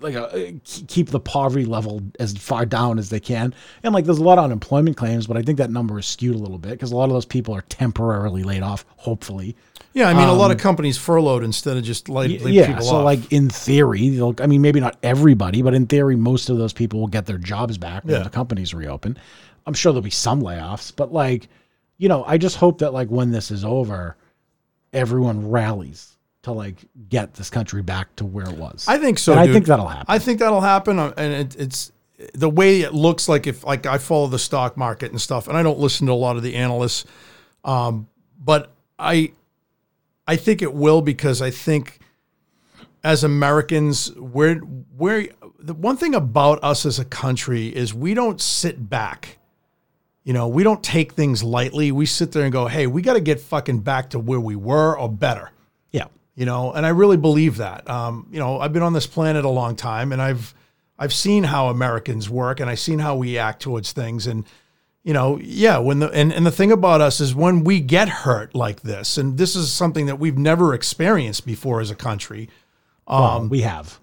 like a, uh, keep the poverty level as far down as they can. And like, there's a lot of unemployment claims, but I think that number is skewed a little bit because a lot of those people are temporarily laid off. Hopefully, yeah, I mean, a lot of companies furloughed instead of just like Um, Y- leave yeah. people So off. like in theory, they'll, I mean, maybe not everybody, but in theory, most of those people will get their jobs back when Yeah. the companies reopen. I'm sure there'll be some layoffs, but like, you know, I just hope that like when this is over, everyone rallies to like get this country back to where it was. I think so. And I dude. think that'll happen. I think that'll happen, uh, and it, it's the way it looks like. If like I follow the stock market and stuff, and I don't listen to a lot of the analysts, um, but I, I think it will because I think as Americans, we're we're the one thing about us as a country is we don't sit back. You know, we don't take things lightly. We sit there and go, "Hey, we got to get fucking back to where we were or better." yeah. you know and i really believe that um, you know i've been on this planet a long time and i've i've seen how americans work and i've seen how we act towards things and you know yeah when the and, and the thing about us is when we get hurt like this and this is something that we've never experienced before as a country Well, Um, we have.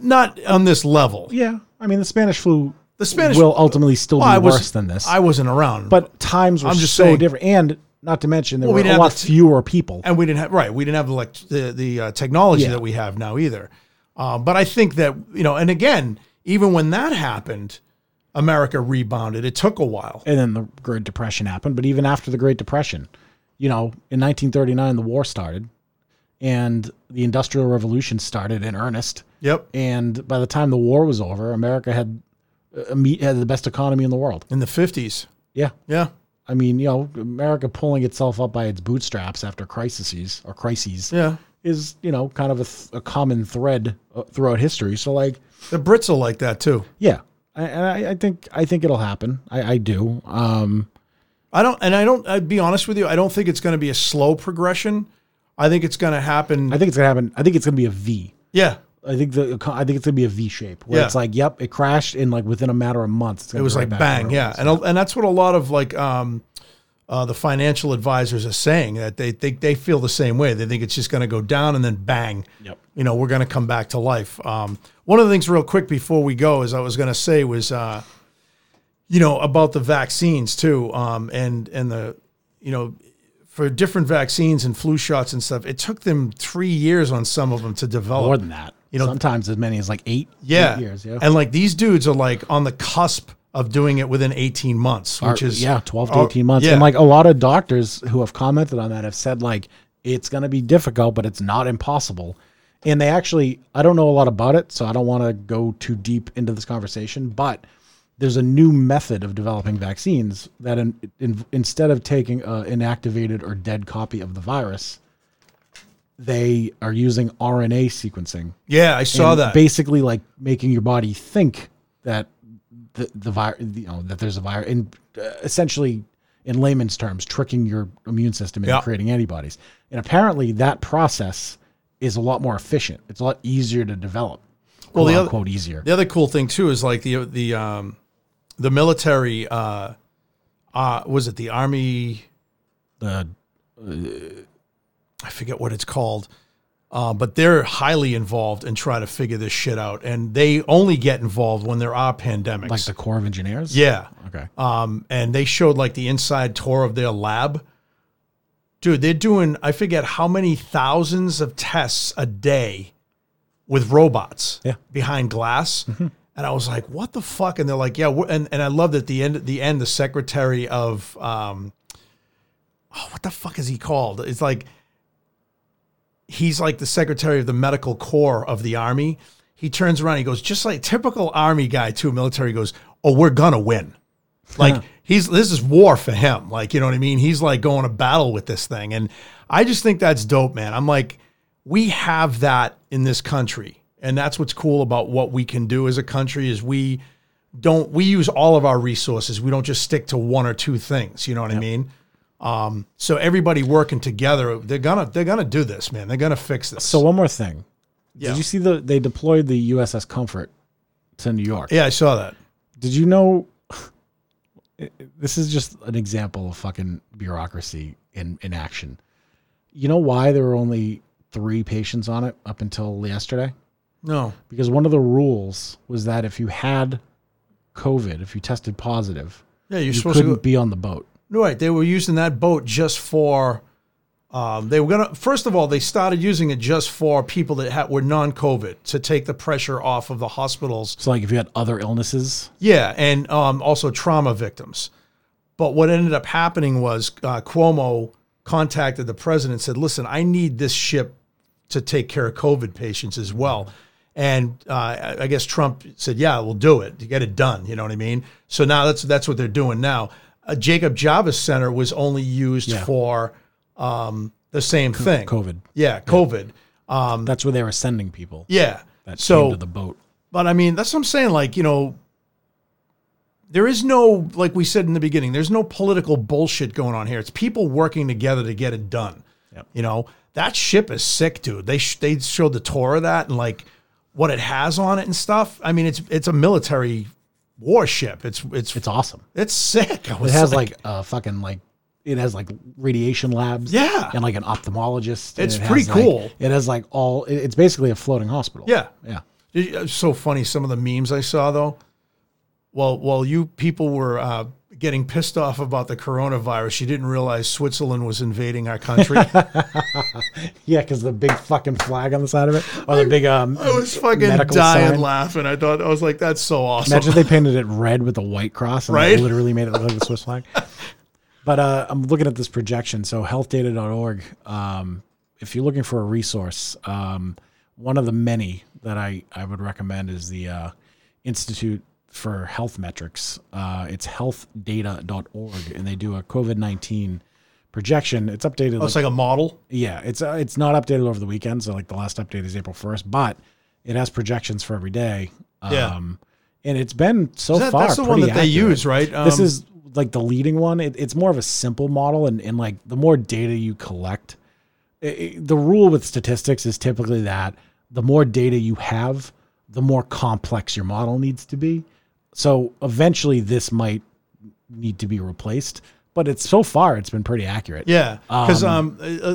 not on this level Yeah, I mean the Spanish flu. The Spanish- will ultimately still Well, I be was- worse than this. i wasn't around but times were I'm just so saying- different, and not to mention there Well, we were didn't a lot have the t- fewer people. and we didn't have right we didn't have the elect- the, the uh, technology Yeah. that we have now either um, but i think that you know and again even when that happened america rebounded it took a while And then the Great Depression happened. But even after the Great Depression, you know, in 1939 the war started, and the Industrial Revolution started in earnest. yep And by the time the war was over, America had uh, imme- had the best economy in the world. in the 50s Yeah, yeah I mean, you know, America pulling itself up by its bootstraps after crises or crises. yeah is you know kind of a, th- a common thread uh, throughout history. So like, the brits are like that too yeah, I, and I, I think I think it'll happen. I, I do. Um, i don't and i don't i'd be honest with you i don't think it's going to be a slow progression i think it's going to happen I think it's gonna happen. I think it's gonna be a V. yeah I think the eco- I think it's gonna be a V shape where Yeah. it's like, yep, it crashed in like within a matter of months. It's gonna it was be like right back bang where it yeah was. and a- and that's what a lot of like um uh, the financial advisors are saying that they think they feel the same way they think it's just going to go down and then bang Yep. you know we're going to come back to life um one of the things real quick before we go is i was going to say was uh you know about the vaccines too um and and the you know for different vaccines and flu shots and stuff it took them 3 years on some of them to develop more than that. You know, know- sometimes as many as like eight, yeah. eight years. Yeah, And like these dudes are like on the cusp of doing it within 18 months, which Or- is yeah, twelve to or- eighteen months. yeah. And like a lot of doctors who have commented on that have said like it's going to be difficult, but it's not impossible. And they actually, I don't know a lot about it, so I don't want to go too deep into this conversation. But there's a new method of developing vaccines that in, in, instead of taking an inactivated or dead copy of the virus, they are using RNA sequencing Yeah, I saw and that. basically like making your body think that the the virus you know that there's a virus and uh, essentially in layman's terms tricking your immune system into Yeah. creating antibodies and apparently that process is a lot more efficient it's a lot easier to develop well Well, the the other- quote easier the other cool thing too is like the the um the military uh uh was it the army the I forget what it's called. Uh, but they're highly involved and try to figure this shit out, and they only get involved when there are pandemics. like the corps of engineers yeah, okay um, and they showed like the inside tour of their lab. Dude, they're doing I forget how many thousands of tests a day with robots Yeah. behind glass. And I was like, "What the fuck?" And they're like, "Yeah." We're, and and I loved at the end. At the end, the secretary of um, oh, what the fuck is he called? It's like he's like the secretary of the medical corps of the army. He turns around, he goes, just like typical army guy too, military goes, Oh, we're gonna win. Like he's this is war for him. Like, you know what I mean? He's like going to battle with this thing. And I just think that's dope, man. I'm like, we have that in this country. And that's what's cool about what we can do as a country is we don't we use all of our resources. We don't just stick to one or two things. You know what I mean? Um, so everybody working together, they're gonna they're gonna do this, man. They're gonna fix this. So one more thing. Yeah. Did you see the they deployed the USS Comfort to New York? yeah, I saw that. Did you know [laughs] this is just an example of fucking bureaucracy in, in action. You know why there were only three patients on it up until yesterday? No. Because one of the rules was that if you had COVID, if you tested positive, Yeah, you're you supposed to couldn't go be on the boat. Right. They were using that boat just for. Um, they were gonna. First of all, they started using it just for people that had, were non-COVID to take the pressure off of the hospitals. So like if you had other illnesses, Yeah, and um, also trauma victims. But what ended up happening was uh, Cuomo contacted the president and said, "Listen, I need this ship to take care of COVID patients as well." And uh, I- I guess Trump said, "Yeah, we'll do it to get it done." You know what I mean? So now that's that's what they're doing now. Uh, Jacob Javis Center was only used Yeah. for um, the same thing. COVID. Yeah, COVID. That's where they were sending people. Yeah. That so came to the boat. but I mean, that's what I'm saying. Like, you know, there is no, like we said in the beginning, there's no political bullshit going on here. It's people working together to get it done. Yep. You know, that ship is sick, dude. They sh- they showed the tour of that and like what it has on it and stuff. I mean, it's it's a military warship. It's it's It's it's, awesome. sick. I It was has like, a fucking like it has like radiation labs. Yeah. And like an ophthalmologist. and It's it has, pretty like- cool. It has like all it- it's basically a floating hospital. Yeah. Yeah. It- It's so funny some of the memes I saw though. While while you people were uh, getting pissed off about the coronavirus, you didn't realize Switzerland was invading [laughs] our country. it Yeah, because the big fucking flag on the side of it. Or the big um I was fucking dying laughing. I thought I was like, that's so awesome. Imagine if they painted it red with a white cross and they Right? literally made it look like the Swiss [laughs] flag. But uh, I'm looking at this projection. So healthdata.org, um, if you're looking for a resource, um, one of the many that I, I would recommend is the uh, Institute for Health Metrics. Uh, it's healthdata.org, and they do a COVID-19 projection. It's updated. oh, like- it's like a model. yeah, it's uh, it's not updated over the weekend. So like the last update is April first, but it has projections for every day. Um, Yeah. and it's been so That- Oh, far. that's the one that pretty they accurate. use, right? Um, This is like the leading one. It, it's more of a simple model, and and like the more data you collect, i i the rule with statistics is typically that the more data you have, the more complex your model needs to be. So eventually, this might need to be replaced. But it's so far, it's been pretty accurate. Yeah, because um,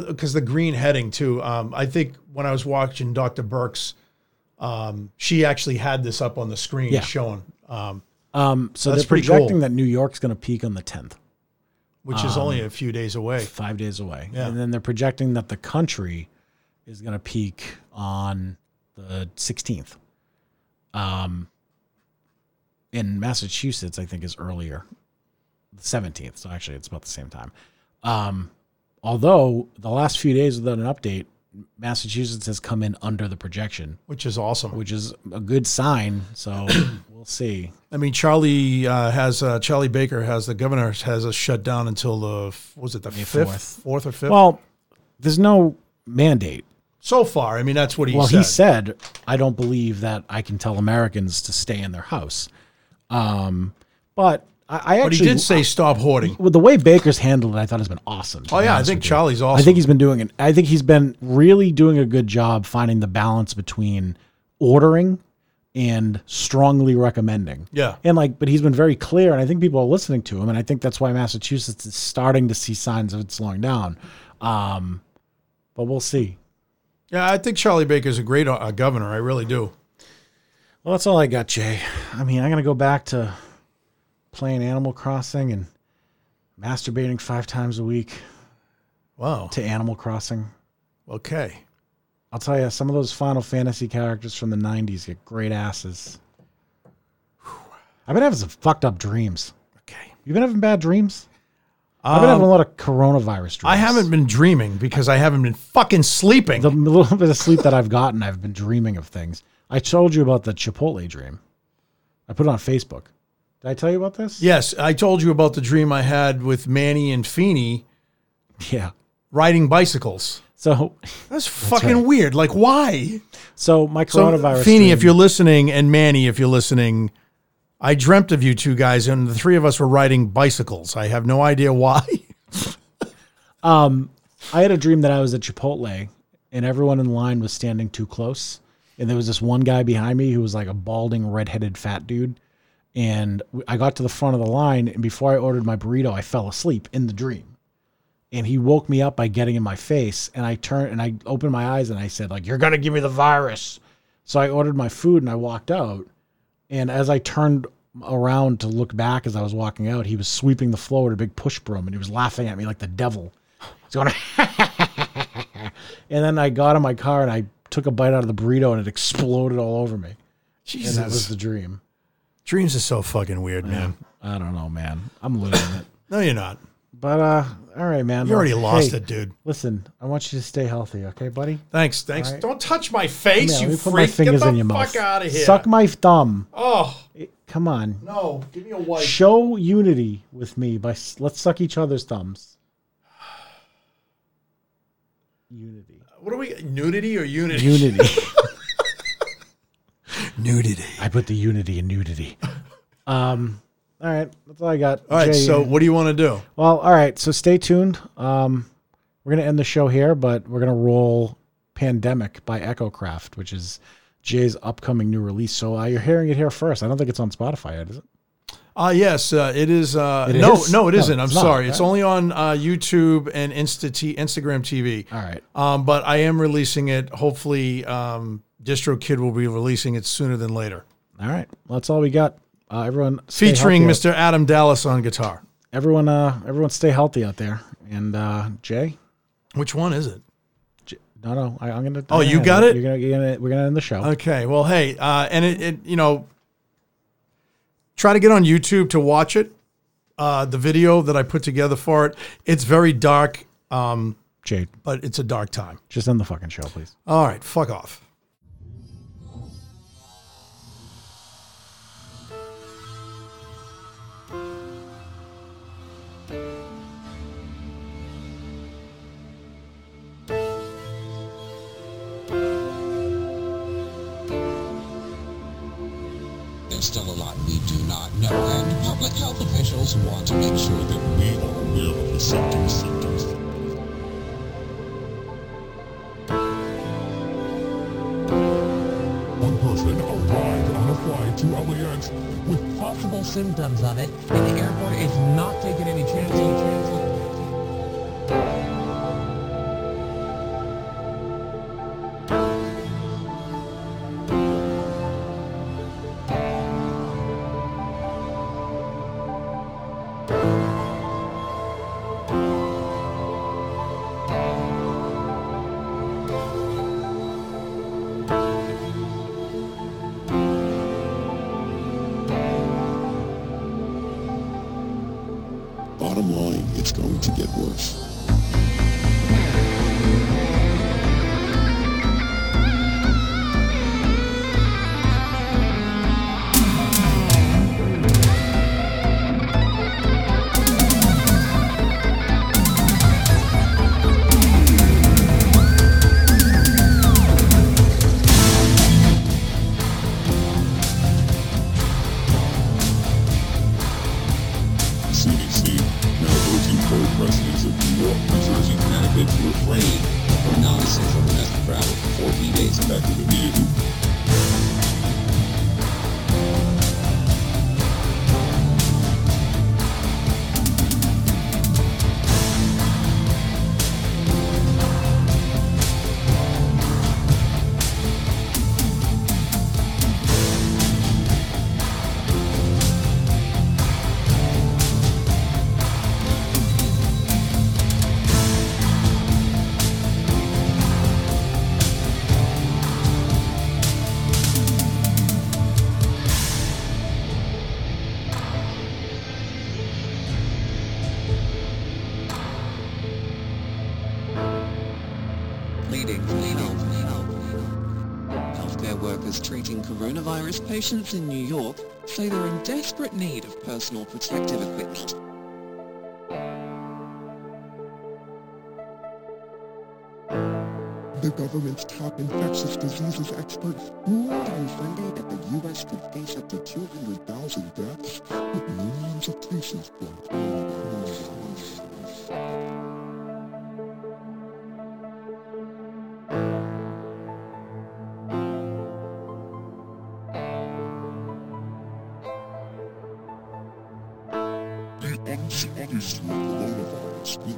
because the green heading too. Um, I think when I was watching Dr. Burks, um, she actually had this up on the screen Yeah. showing, um, Um, so That's they're pretty projecting cool. that New York's going to peak on the 10th, which Um, is only a few days away. five days away, Yeah. and then they're projecting that the country is going to peak on the 16th. Um, in Massachusetts, I think is earlier, the 17th. So actually, it's about the same time. Um, although the last few days without an update, Massachusetts has come in under the projection, Which is awesome. which is a good sign. So [coughs] we'll see. I mean, Charlie uh, has uh, Charlie Baker has the governor has us shut down until the f- was it the fifth, fourth. fourth or fifth? Well, there's no mandate. so far, I mean, that's what he well, said. he said, I don't believe that I can tell Americans to stay in their house. Um, but I, I but he actually, did say stop hoarding. well, the way Baker's handled it, I thought has been awesome. to Oh be yeah, I honest think with you. Charlie's awesome. I think he's been doing it. I think he's been really doing a good job finding the balance between ordering and strongly recommending. Yeah. And like, but he's been very clear, and I think people are listening to him, and I think that's why Massachusetts is starting to see signs of it slowing down. Um, but we'll see. yeah, I think Charlie Baker's a great uh, governor. I really do. Well, that's all I got, Jay. I mean, I'm gonna go back to playing Animal Crossing and masturbating five times a week Wow. to Animal Crossing. Okay. I'll tell you, some of those Final Fantasy characters from the '90s get great asses. I've been having some fucked up dreams. Okay. You been having bad dreams? I've been having a lot of coronavirus. Dreams. Um, I haven't been dreaming because I haven't been fucking sleeping. The little [laughs] bit of sleep that I've gotten, I've been dreaming of things. I told you about the Chipotle dream. I put it on Facebook. Did I tell you about this? yes, I told you about the dream I had with Manny and Feeney Yeah. riding bicycles. So, That's fucking weird. Like, why? so my coronavirus. Feeney, dream- if you're listening, and Manny, if you're listening, I dreamt of you two guys, and the three of us were riding bicycles. I have no idea why. [laughs] I had a dream that I was at Chipotle and everyone in line was standing too close. And there was this one guy behind me who was like a balding, redheaded fat dude. And w- I got to the front of the line. And before I ordered my burrito, I fell asleep in the dream. And he woke me up by getting in my face. And I turned and I opened my eyes and I said, like, you're going to give me the virus. So I ordered my food and I walked out. And as I turned around to look back as I was walking out, he was sweeping the floor with a big push broom and he was laughing at me like the devil. He's going, and then I got in my car and I took a bite out of the burrito and it exploded all over me. And Jesus, that was the dream. dreams are so fucking weird, man. I don't know, man. I'm losing it. No, you're not. But uh, all right, man. You already Well, lost hey, it, dude. Listen, I want you to stay healthy, okay, buddy? Thanks, thanks. right. Don't touch my face, Yeah, you let me freak. put my fingers Get the in your fuck mouth. out of here. Suck my thumb. oh Come on. no, give me a wipe. Show unity with me by s- let's suck each other's thumbs. [sighs] [sighs] Unity. what are we? Nudity or unity? Unity. Nudity. I put the unity in nudity. Um. All right, that's all I got. All right. Jay, So, what do you want to do? Well, all right. So stay tuned. Um, we're gonna end the show here, but we're gonna roll "Pandemic" by Echocraft, which is Jay's upcoming new release. So uh, you're hearing it here first. I don't think it's on Spotify yet, is it? Ah, yes, uh, it is. Uh, It no, is? no, it No, isn't. I'm it's not, sorry. It's right? only on uh, YouTube and Insta T- Instagram TV. All right. Um, but I am releasing it. Hopefully, um, Distro Kid will be releasing it sooner than later, All right. Well, that's all we got. Uh, everyone stay featuring healthy out- Mr. Adam Dallas on guitar. Everyone, uh, everyone, stay healthy out there. And uh, Jay, Which one is it? J- no, no, I, I'm gonna. Oh, you got it? You're gonna, you're gonna, we're gonna end the show. Okay. Well, hey, uh, and it, it, you know, try to get on YouTube to watch it. Uh, the video that I put together for it, it's very dark, um, Jay, but it's a dark time. just end the fucking show, please. All right, fuck off. There's still a lot we do not know, and public health officials want to make sure that we are aware of the symptoms, symptoms, symptoms. One person arrived on a flight to LAX with possible symptoms of it, and the airport is not taking any chances. chances. Bottom line, it's going to get worse. CDC now urging current residents of New York, New Jersey, Connecticut to refrain from non-essential domestic travel for three days effective immediately. Bleeding, bleeding, bleeding. Healthcare workers treating coronavirus patients in New York say they're in desperate need of personal protective equipment. The government's top infectious diseases experts ruled on Sunday that the U.S. could face up to 200,000 deaths with millions of cases brought forward. The uncertainty of coronavirus with